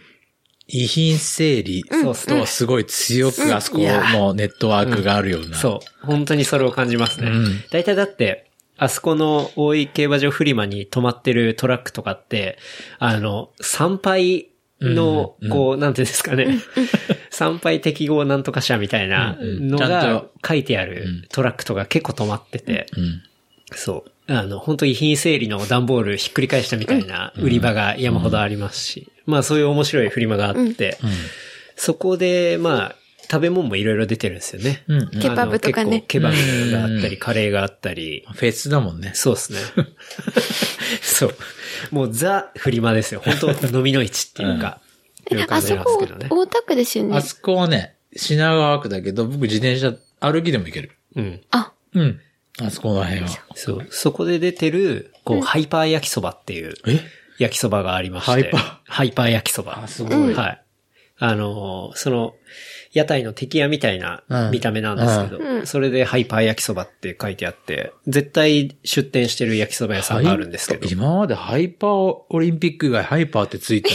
C: 遺品整理とすごい強くあそこのネットワークがあるような。
B: そう。本当にそれを感じますね。
C: うん
B: 大体だって、あそこの大井競馬場フリマに止まってるトラックとかって、あの、参拝の、こう、なんていうんですか ね。参拝適合なんとか者みたいなの
C: うんうんちゃん
B: が
C: と
B: 書いてあるトラックとか結構止まってて、
C: うん。
B: そう。あの、本当遺品整理の段ボールひっくり返したみたいな売り場が山ほどありますし、まあそういう面白いフリマがあって、そこで、まあ、食べ物もいろいろ出てるんですよね。
C: うんうん
D: ケバブと
B: あ
D: かね
B: の結構ケバブがあったり、カレーがあったり、
C: フェスだもんね。
B: そう ですね。そう。もうザ・フリマですよ。本当飲みの市っていうか、いう感
D: あ
B: じ
D: そ
B: なんですけ
D: こ
B: どね。
D: 大田区ですよね
C: あ。そこはね、品川区だけど、僕自転車歩きでも行ける。
B: うん。
D: あ、
C: うん。あそこの辺は。
B: そう。そこで出てる、こう、ハイパー焼きそばっていう。
C: え
B: 焼きそばがありまして。
C: ハイパー
B: ハイパー焼きそば。
C: あすごい
B: はい。あのー、その、屋台の敵屋みたいな
C: うん
B: 見た目なんですけど、それでハイパー焼きそばって書いてあって、絶対出店してる焼きそば屋さんがあるんですけど、
C: 今までハイパーオリンピック以外ハイパーってついた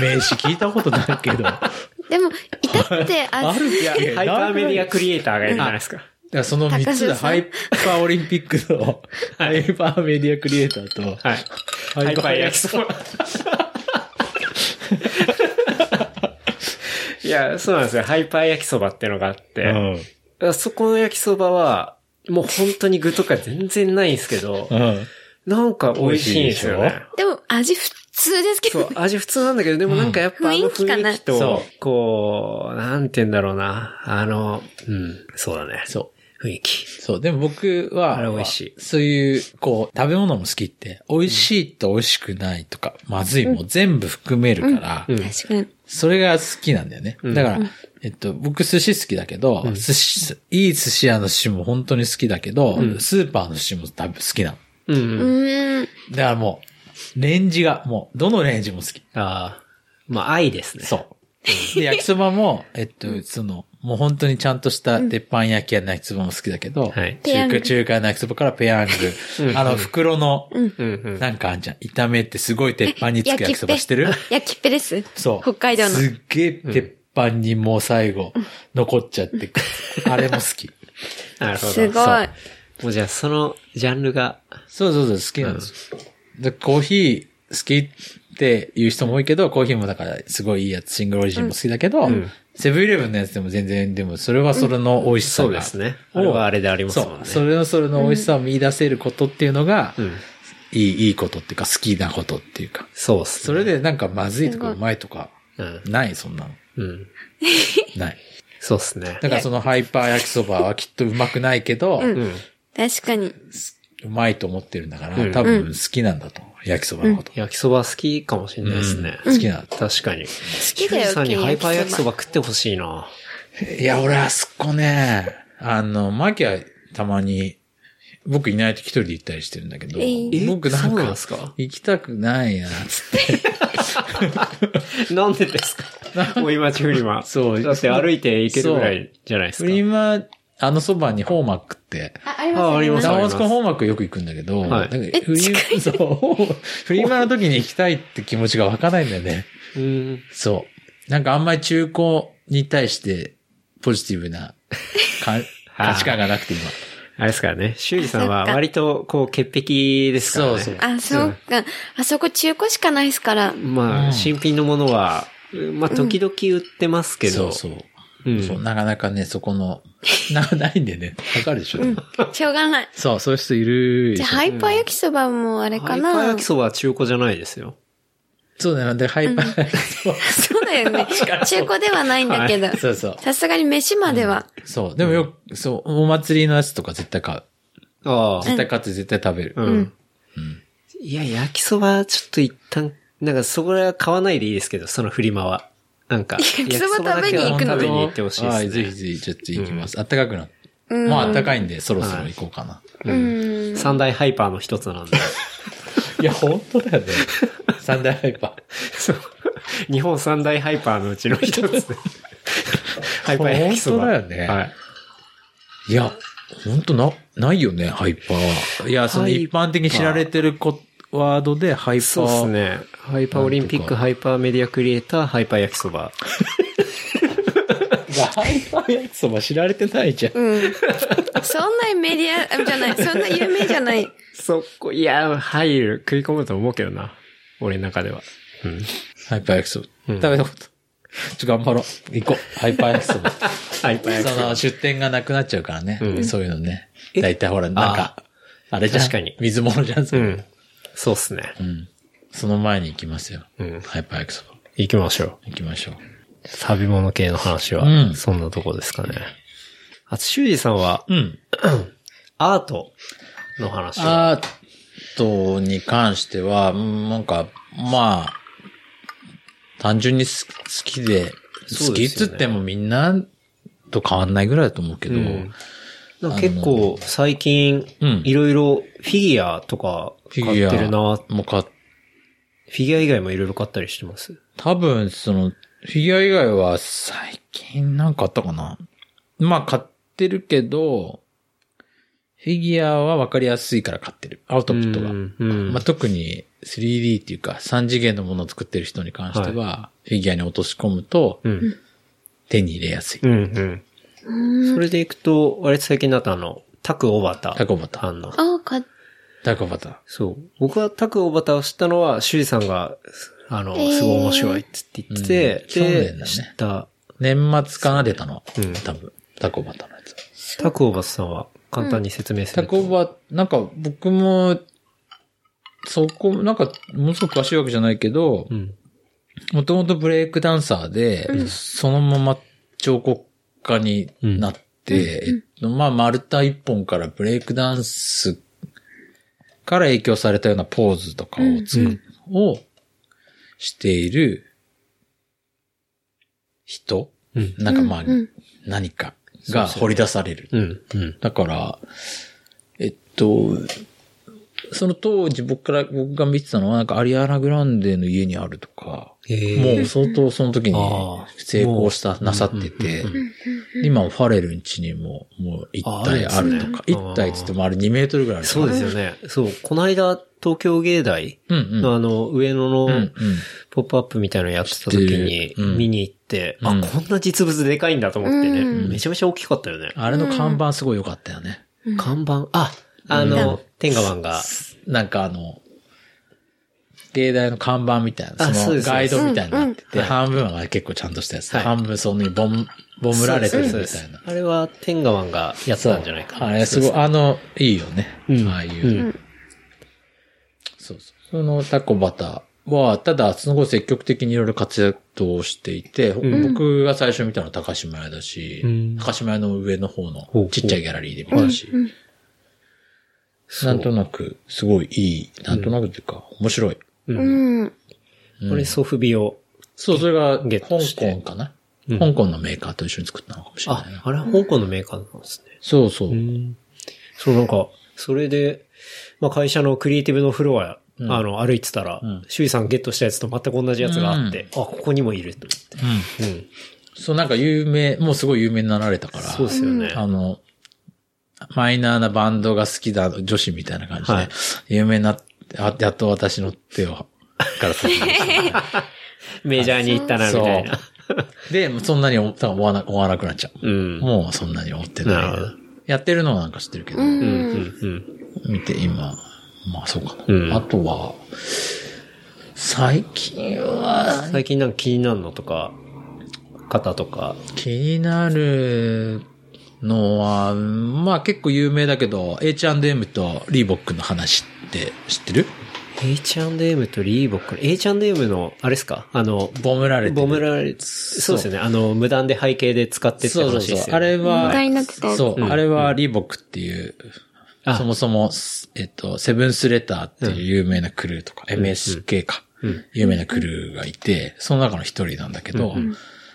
C: 名詞聞いたことないけ ど。
D: でも、いたって、あ、
C: あるっ
B: ハ
C: け
B: イパーメディア
C: だ
B: クリエイターがいるじゃないですか。
C: からその3つ
D: 高
C: だ。
D: 橋さん
C: ハイパーオリンピックと、ハイパーメディアクリエイターと、
B: はい。ハイパー焼き そば。いや、そうなんですよ。ハイパー焼きそばってのがあって、
C: うん。
B: あそこの焼きそばは、もう本当に具とか全然ないんですけど、
C: うん。
B: なんか美味しいんですよ
C: 美味
B: ね
C: しい。
D: でも味普通ですけ
B: そ
D: ど
B: う、。味普通なんだけど、でもなんかやっぱあの
D: 雰囲気かな
B: 雰囲気と
C: そ、
B: こう、なんて言うんだろうな。あの、うん、そうだね。
C: そう。
B: 雰囲気。
C: そう。でも僕は、
B: あれ美味しい
C: そういう、こう、食べ物も好きって、美味しいと美味しくないとか、まずいも全部含めるから、
B: うん
D: 確かに。
C: それが好きなんだよね。だから、えっと、僕寿司好きだけど、寿司、いい寿司屋の寿司も本当に好きだけど、スーパーの寿司も多分好きなの。
B: うん、
D: う
B: うん。
D: ーん。
C: だからもう、レンジが、もう、どのレンジも好き。
B: ああ、まあ愛ですね。
C: そう。で、焼きそばも、えっと、その、もう本当にちゃんとした鉄板焼き屋の焼きそばも好きだけど、
B: はい
D: ペヤン
C: 中華、
D: グ
C: 中華の焼きそばからペヤング、あの、袋の、
B: うんうん。
C: なんかあんじゃん。炒めってすごい鉄板につく焼きそばしてる
D: 焼きっぺです。
C: そう。
D: 北海道の。
C: すっげえ鉄板にもう最後、残っちゃって、あれも好き。
B: なるほど。
D: すご
B: そう
D: い。
B: もうじゃあそのジャンルが、
C: そうそうそう、好きなんですよ。で、コーヒー好きっていう人も多いけど、コーヒーもだからすごいいいやつ、シングルオリジンも好きだけど、セブンイレブンのやつでも全然、でもそれはそれの美味しさ
B: そう
C: が
B: で
C: そ
B: すね。あれはあれでありますもん
C: う、
B: ね。
C: それのそれの美味しさを見出せることっていうのが、
B: ん
C: いい、いいことっていうか、好きなことっていうか。
B: そうっす
C: そ
B: ね。
C: れでなんかまずいとかうまいとか、
B: うん。
C: ない、そんなの。
B: うん。
C: ない。
B: そうっすね。
C: だからそのハイパー焼きそばはきっとうまくないけど、う
B: うん。
D: 確かに。
C: まいと思ってるんだから、
B: うん
C: 多分好きなんだと思う。焼きそばのこと。
B: 焼きそば好きかもしれないですね。
C: うん好きなの
B: 確かに。好
D: きだよ
B: さんにハイパー焼き
D: 焼き
B: そ
D: そ
B: ば
D: ば
B: 食ってほしいな。
C: いや、俺あそこね、あの、マキはたまに、僕いないと一人で行ったりしてるんだけど、
D: えー
C: 僕なん
B: そうなん
C: か
B: ですか
C: 行きたくないな、つっ て。
B: なんでですか大井町フリマ。
C: そう
B: だって歩いて行けるぐらいじゃないです
C: フ
B: か。
C: リマ、あのそばにホーマックって、
D: あ、あります
B: ああります
C: ダマスコホーマックよく行くんだけど、
B: はい
C: なんかフリマ、そう、フリマの時に行きたいって気持ちが湧かないんだよね。
B: うん。
C: そう。なんかあんまり中古に対してポジティブな か価値観がなくて今。
B: あれですからね。修二さんは
D: そっか
B: 割とこう潔癖ですからね。
C: そうそう
D: あ、そうか。あそこ中古しかないですから。
B: ま
C: う
B: あ、
C: ん
B: 新品のものは、まあ、時々売ってますけ
C: そ
B: ど。
C: うそう。
B: うん
C: そう、なかなかね、そこの、 な、ないんでね。わかるでしょ、
D: うん。しょうがない。
C: そう、そういう人いる
D: じ
C: で
D: ゃあ、
C: しょ。
D: ハイパー焼きそばもあれ
B: ハ
D: か
B: イパ
D: な。
B: ー焼きそばは中古じゃないですよ。
C: そうだよ。で、ハイパー、
D: そうだよね。中古ではないんだけど。
C: そうそうそう。
D: さすがに飯までは。
C: そう。でもよく、そう、お祭りのやつとか絶対買う。
B: あ
C: 絶対買って絶対食べる。
B: あ。うん。いや、焼きそば、ちょっと一旦、なんかそこらは買わないでいいですけど、そのフリマは。なん か、焼
D: きそば食べに行く
B: きそば
D: の
B: だけは食べに行ってほしい
C: はい、
B: で
C: ぜひ
B: すね。
C: ぜひ、ちょっと行きます。あったかくなって。まあ、あったかいんで、そろそろ行こうかな。
D: うん。
B: 三大ハイパーの一つなんで。
C: いや、本当だよね。 三大ハイパ
B: そう。日本三大ハイパーのうちの一つ。ハイパー焼きそば。
C: 本当だよね
B: はい。
C: ー。いや、本当な、ないよね、ハイパーは。いや、その
B: ハイ
C: 一般的に知られてるこワードで、ハイパー。
B: そうですね。ハイパーオリンピック、ハイパーメディアクリエイター、ハイパー焼きそば。
C: ハイパー焼きそば知られてないじゃん。
D: うん。そんなメディア、あじゃない、そんな有名じゃない。
B: そこ、いや、入る、食い込むと思うけどな。俺の中では。うん。
C: ハイパー焼きそば。食べたこと。ちょ、頑張ろう。行こう。ハイパー焼きそば。
B: ハイパー焼き
C: そ
B: そば。
C: の、出店がなくなっちゃうからね。そういうのね。
B: え
C: だいたいほら、なんか、あれじゃん。
B: 確かに
C: 水物じゃん、そうれ
B: ん。そうっすね。
C: その前に行きますよ。
B: うん
C: ハイパー焼きそば。
B: 行きましょう。
C: 行きましょう。
B: 食べ物系の話
C: う
B: は、
C: ん
B: そんなとこですかね。あと、修二さんは、
C: うん。
B: アートの話を。
C: アートに関しては、うんなんか、まあ、単純にす好きで、
B: そ
C: 好
B: う
C: き
B: で
C: っ
B: すよね
C: つってもみんなと変わんないぐらいだと思うけど、
B: うんなんか結構最近
C: うん、
B: いろいろフィギュアとか
C: フィ
B: 買
C: ギュ
B: っ
C: ア
B: てるな。フ
C: もうか、
B: ィギュア以外もいろいろ買ったりしてます。
C: 多分その、フィギュア以外は最近なんかあったかな。まあ買ってるけど、フィギュアはわかりやすいから買ってる。アウトプットが。
B: うんうん
C: まあ、特に 3D っていうか3次元のものを作ってる人に関しては、フィギュアに落とし込むと
B: うん。
C: 手に入れやすい。
B: うんうん。それでいくと、あれ最近だとあの、タクオバタ。
C: タコバタ。
B: あの、
D: あ、か、
C: タコバタ。
B: そう。僕はタクオバタを知ったのは、修二さんが、あの、
D: ー
B: すごい面白いっつって言ってて、
C: うん去
B: で
C: 年、だね
B: 知った、
C: 年末かな出たの。
B: うん
C: 多分。タコバタのやつ。
B: タクオバタさんは簡単に説明す
C: タ
B: ると。
C: コバ、なんか僕も、そこ、なんか、ものすごく詳しいわけじゃないけど
B: う、ん。
C: もともとブレイクダンサーで、そのまま彫刻家になって、えっと、まあ、丸太一本からブレイクダンスから影響されたようなポーズとかを作る、をしている人、
B: うん
C: なんかまあ、
D: うん
C: 何かが掘り出される。
B: うん。うん。
C: だから、えっと、その当時僕から、僕が見てたのは、なんかアリアナ・グランデの家にあるとか、
B: へー
C: もう相当その時に
B: あー
C: 成功した、なさってて、今もファレルん家にも、もう一体あるとか、
B: あるんですね
C: 一体っつってもあれ2メートルぐらいある
B: そうですよね。そう。この間、東京芸大
C: うんうん。
B: のあの、上野の、
C: うんうん。
B: ポップアップみたいなのやってた時
C: 知
B: に
C: ってるうん
B: 見に行って、
C: うん
B: あ、こんな実物でかいんだと思ってね。
D: う
B: めちゃめちゃ大きかったよね。
C: あれの看板すごい良かったよね。
B: 看板、あ、あの、天下湾が。
C: なんかあの、芸大の看板みたいな、
B: あそ
C: そうの
B: です
C: ガイドみたいになってて、半分は結構ちゃんとしたやつで、
B: はい
C: 半分そのにボム、ボムられてるみた
B: そう
C: い
B: ですそうで
C: な
B: す。あれは天下湾がやってたんじゃないかな。
C: あれすごい、
B: そう
C: あの、いいよね。
B: うん
C: ああいう。
B: うん
C: そうそう。そのタコバタは、ただ、その後積極的にいろいろ活動をしていて、僕が最初見たのは高島屋だし、
B: うん
C: 高島屋の上の方
B: ほうほ
C: の
B: う
C: ちっちゃいギャラリーで見たし、
B: です
C: なんとなく、すごいいい、なんとなくというか、面白い。
D: うん。
B: そうこれソフビオ。
C: そう、それが、
B: ゲ
C: 香
B: ットして
C: 港かな、香港のメーカーと一緒に作ったのかもしれ
B: あ
C: ないな。、
B: あれは香港のメーカーなんですね。
C: そうそう。
B: そう、なんか、それで、まあ会社のクリエイティブのフロア
C: うん
B: あの、歩いてたら、
C: うん
B: 周囲さんゲットしたやつと全く同じやつがあって、あ、ここにもいると思って。うん。
C: そう、なんか有名、もうすごい有名になられたから。
B: そうですよね。
C: あの、マイナーなバンドが好きだ女子みたいな感じで、
B: はい
C: 有名になって、あやっと私の手を、からさ
B: メジャーに行ったな、み
C: そう
B: たいな。
C: で、もうそんなに多分追わな追わなくなっちゃう。
B: うん。
C: もうそんなに追って
B: な
C: な
B: るほ
C: い。やってるのはなんか知ってるけど、
D: うん
B: うん、うん、
C: 見て今、まあそうかな。
B: うん
C: あとは、最近は
B: うん。最近なんか気になるのとか、方とか。
C: 気になるのは、まあ結構有名だけど、H&M とリーボックの話って知ってる
B: H&M とリーボック。H&M の、あれですかあの、
C: ボムられてる
B: ボムラリ、そうですよね。あの、無断で背景で使ってって
C: そうそう
B: 話
C: そ
B: で
C: う
B: す。よ
C: あ
B: ね。
C: れは
D: 問、題になってたやつ
C: そう、
B: うん
C: あれはリーボックっていう、
B: あ
C: そもそも、えっと、セブンスレターっていう有名なクルーとか、MSK か、有名なクルーがいて、その中の一人なんだけど、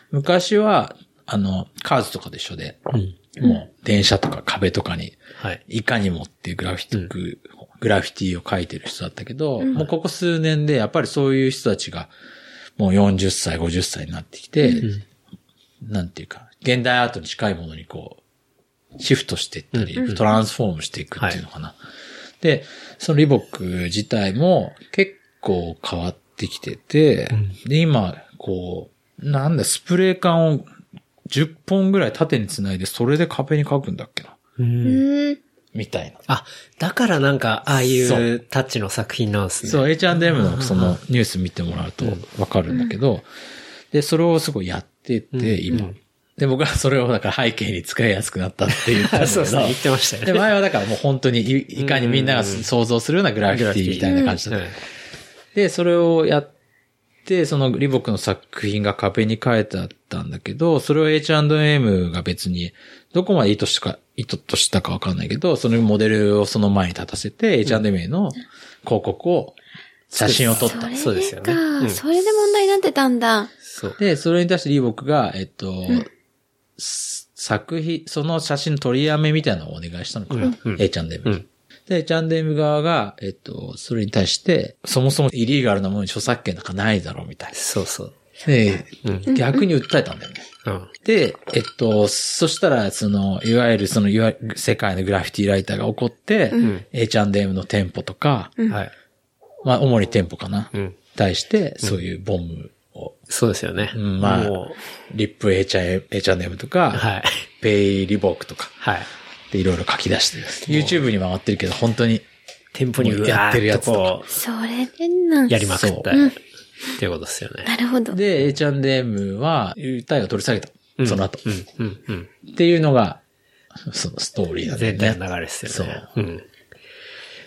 C: 昔は、あの、カーズとかと一緒で、もう電車とか壁とかに、
B: はい。
C: いかにもっていうグラフィティック、グラフィティを書いてる人だったけど、もうここ数年でやっぱりそういう人たちが、もう40歳、50歳になってきて、なんていうか、現代アートに近いものにこう、シフトしていったり、トランスフォームしていくっていうのかな。で、そのリボック自体も結構変わってきてて、で、今、こう、なんだ、スプレー缶を10本ぐらい縦に繋いで、それで壁に書くんだっけな。
D: うん。
C: みたいな。
B: あ、だからなんか、ああい
C: そう
B: タッチの作品なんですね。
C: そう、H&M のそのニュース見てもらうとわかるんだけど、で、それをすごいやってて、今。で、僕はそれをだから背景に使いやすくなったって言ったん
B: あ
C: だ
B: そうで
C: け
B: すね。言っ
C: ど、
B: てましたよ
C: で、
B: ね。
C: 前はだからもう本当にいいかにみんなが想像するようなグラフィティみたいな感じだった。で、それをやって、そのリボックの作品が壁に書いてあったんだけど、それを H&M が別に、どこまで意図したか、意図としたかわかんないけど、そのモデルをその前に立たせて、H&M の広告を、写真を撮った。
B: そ
D: そうれ
B: で
D: ですす
B: よ
D: よ
B: ね
D: ね。
B: うん
D: それで問題になってたんだ。
B: そう。
C: で、それに対してリーボックが、えっと、す作品、その写真の取りやめみたいなのをお願いしたのかな。
B: うん
C: H&M
B: う
C: に。
B: ん
C: で、H&M 側が、えっと、それに対して、そもそもイリーガルなものに著作権なんかないだろうみたいな。
B: そうそう。
C: で、
B: う
C: 逆に訴えたんだよね。
B: うん。
C: で、えっと、そしたら、その、いわゆるその、いわゆる世界のグラフィティライターが怒って、H&M の店舗とか、
B: はい。
C: まあ、主に店舗かな、
B: ん
C: 対して、そういうボムを、
B: そうですよね。
C: うんまあ
B: も
C: リップ H&M H&M とか、
B: う、はい。
C: ペイリボークとか、
B: はい。
C: で、いろいろ書き出してる。YouTube にも上がってるけど、本当に、
B: 店舗にうわ
C: やってる
B: ー
C: や
B: っ
C: つ
B: と
C: とか
B: こ
D: それでな
B: う、
D: ん
B: やりまくっ
C: そう
B: た。っていうことですよね。
D: なるほど。
C: で、H&M は、訴えを取り下げた。その後。
B: うん、うん、うん。
C: っていうのが、そのストーリーなんだよ
B: 全
C: ね。
B: 体の流れですよね。。
C: そう
B: ん。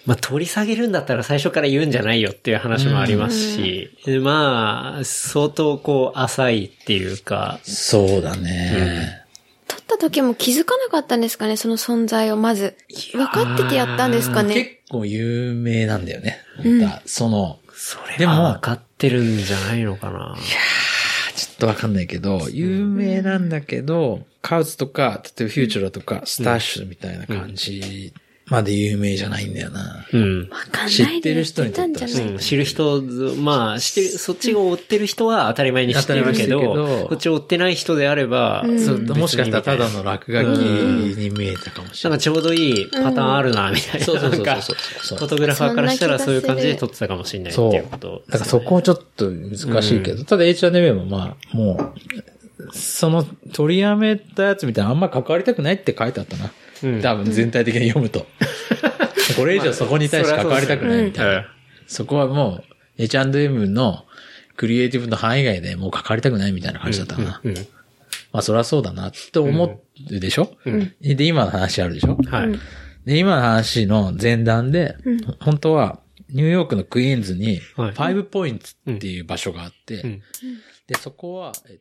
B: まあ、取り下げるんだったら最初から言うんじゃないよっていう話もありますし、でまあ、相当こう、浅いっていうか、
C: そうだね。
D: 撮った時も気づかなかったんですかね、その存在をまず。分かっててやったんですか
C: 結
D: ね。
C: 構有名なんだよね。またその、
B: それ
C: でも
B: は分かってるんじゃないのかな。
C: ちょっとわかんないけど、有名なんだけど、カウツとか、例えばフューチュラとか、スタッシュみたいな感じまで有名じゃないんだよな。
B: うん。
D: わかんない
C: 知
D: で
C: ってる人にと
D: や
C: っ
D: った
C: ら
D: てた
C: 知
D: んじ
C: っ
D: ゃ
C: て
D: な
B: う
C: る
D: い
B: ん知る人、まあ、知ってる、そっちを追ってる人は当たり前に知ってるけ
C: 当たり前に知ってるけ
B: ど
C: ど、
B: こっちを追ってない人であれば、
C: そ
B: そうう
C: もしかしたらただ
B: 別にみ
C: の落書きに見えたかもした
B: いななんか
C: れない。
B: ちょうどいいパターンあるな、みたいな。
C: そうそうそう
B: なんか
C: そうそう
B: フォトグラファーからしたら
D: そんな気が
B: そういう感じ
D: す
B: で
D: る
B: 撮ってたかもしれないって
C: そう。
B: いう
C: だ
B: こと。
C: からそこちょっと難しいけど、ただ H&M もまあ、もう、その取りやめたやつみたいなあんま関わりたくないって書いてあったな。多分全体的に読 むと。これ以上そこに対して関わりたくないみたいな。そこはもう、H&M のクリエイティブの範囲外でもう関わりたくないみたいな感じだったかな。
B: うんうん
C: まあそりゃそうだなって思うでしょ、で、今の話あるでしょ
B: はい。
C: で、今の話の前段で、本当は、ニューヨークのクイーンズに、フ
B: はい
C: ァイブポイントっていう場所があって、
B: ん
C: で、そこは、えっ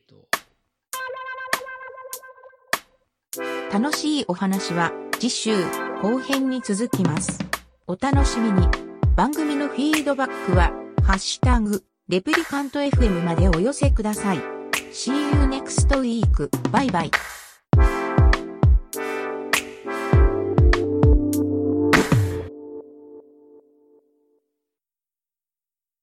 C: と、
E: 楽しいお話は次週後編に続きます。お楽しみに。番組のフィードバックは、ハッシュタグ、レプリカント FM までお寄せください。See you next week. バイバイ。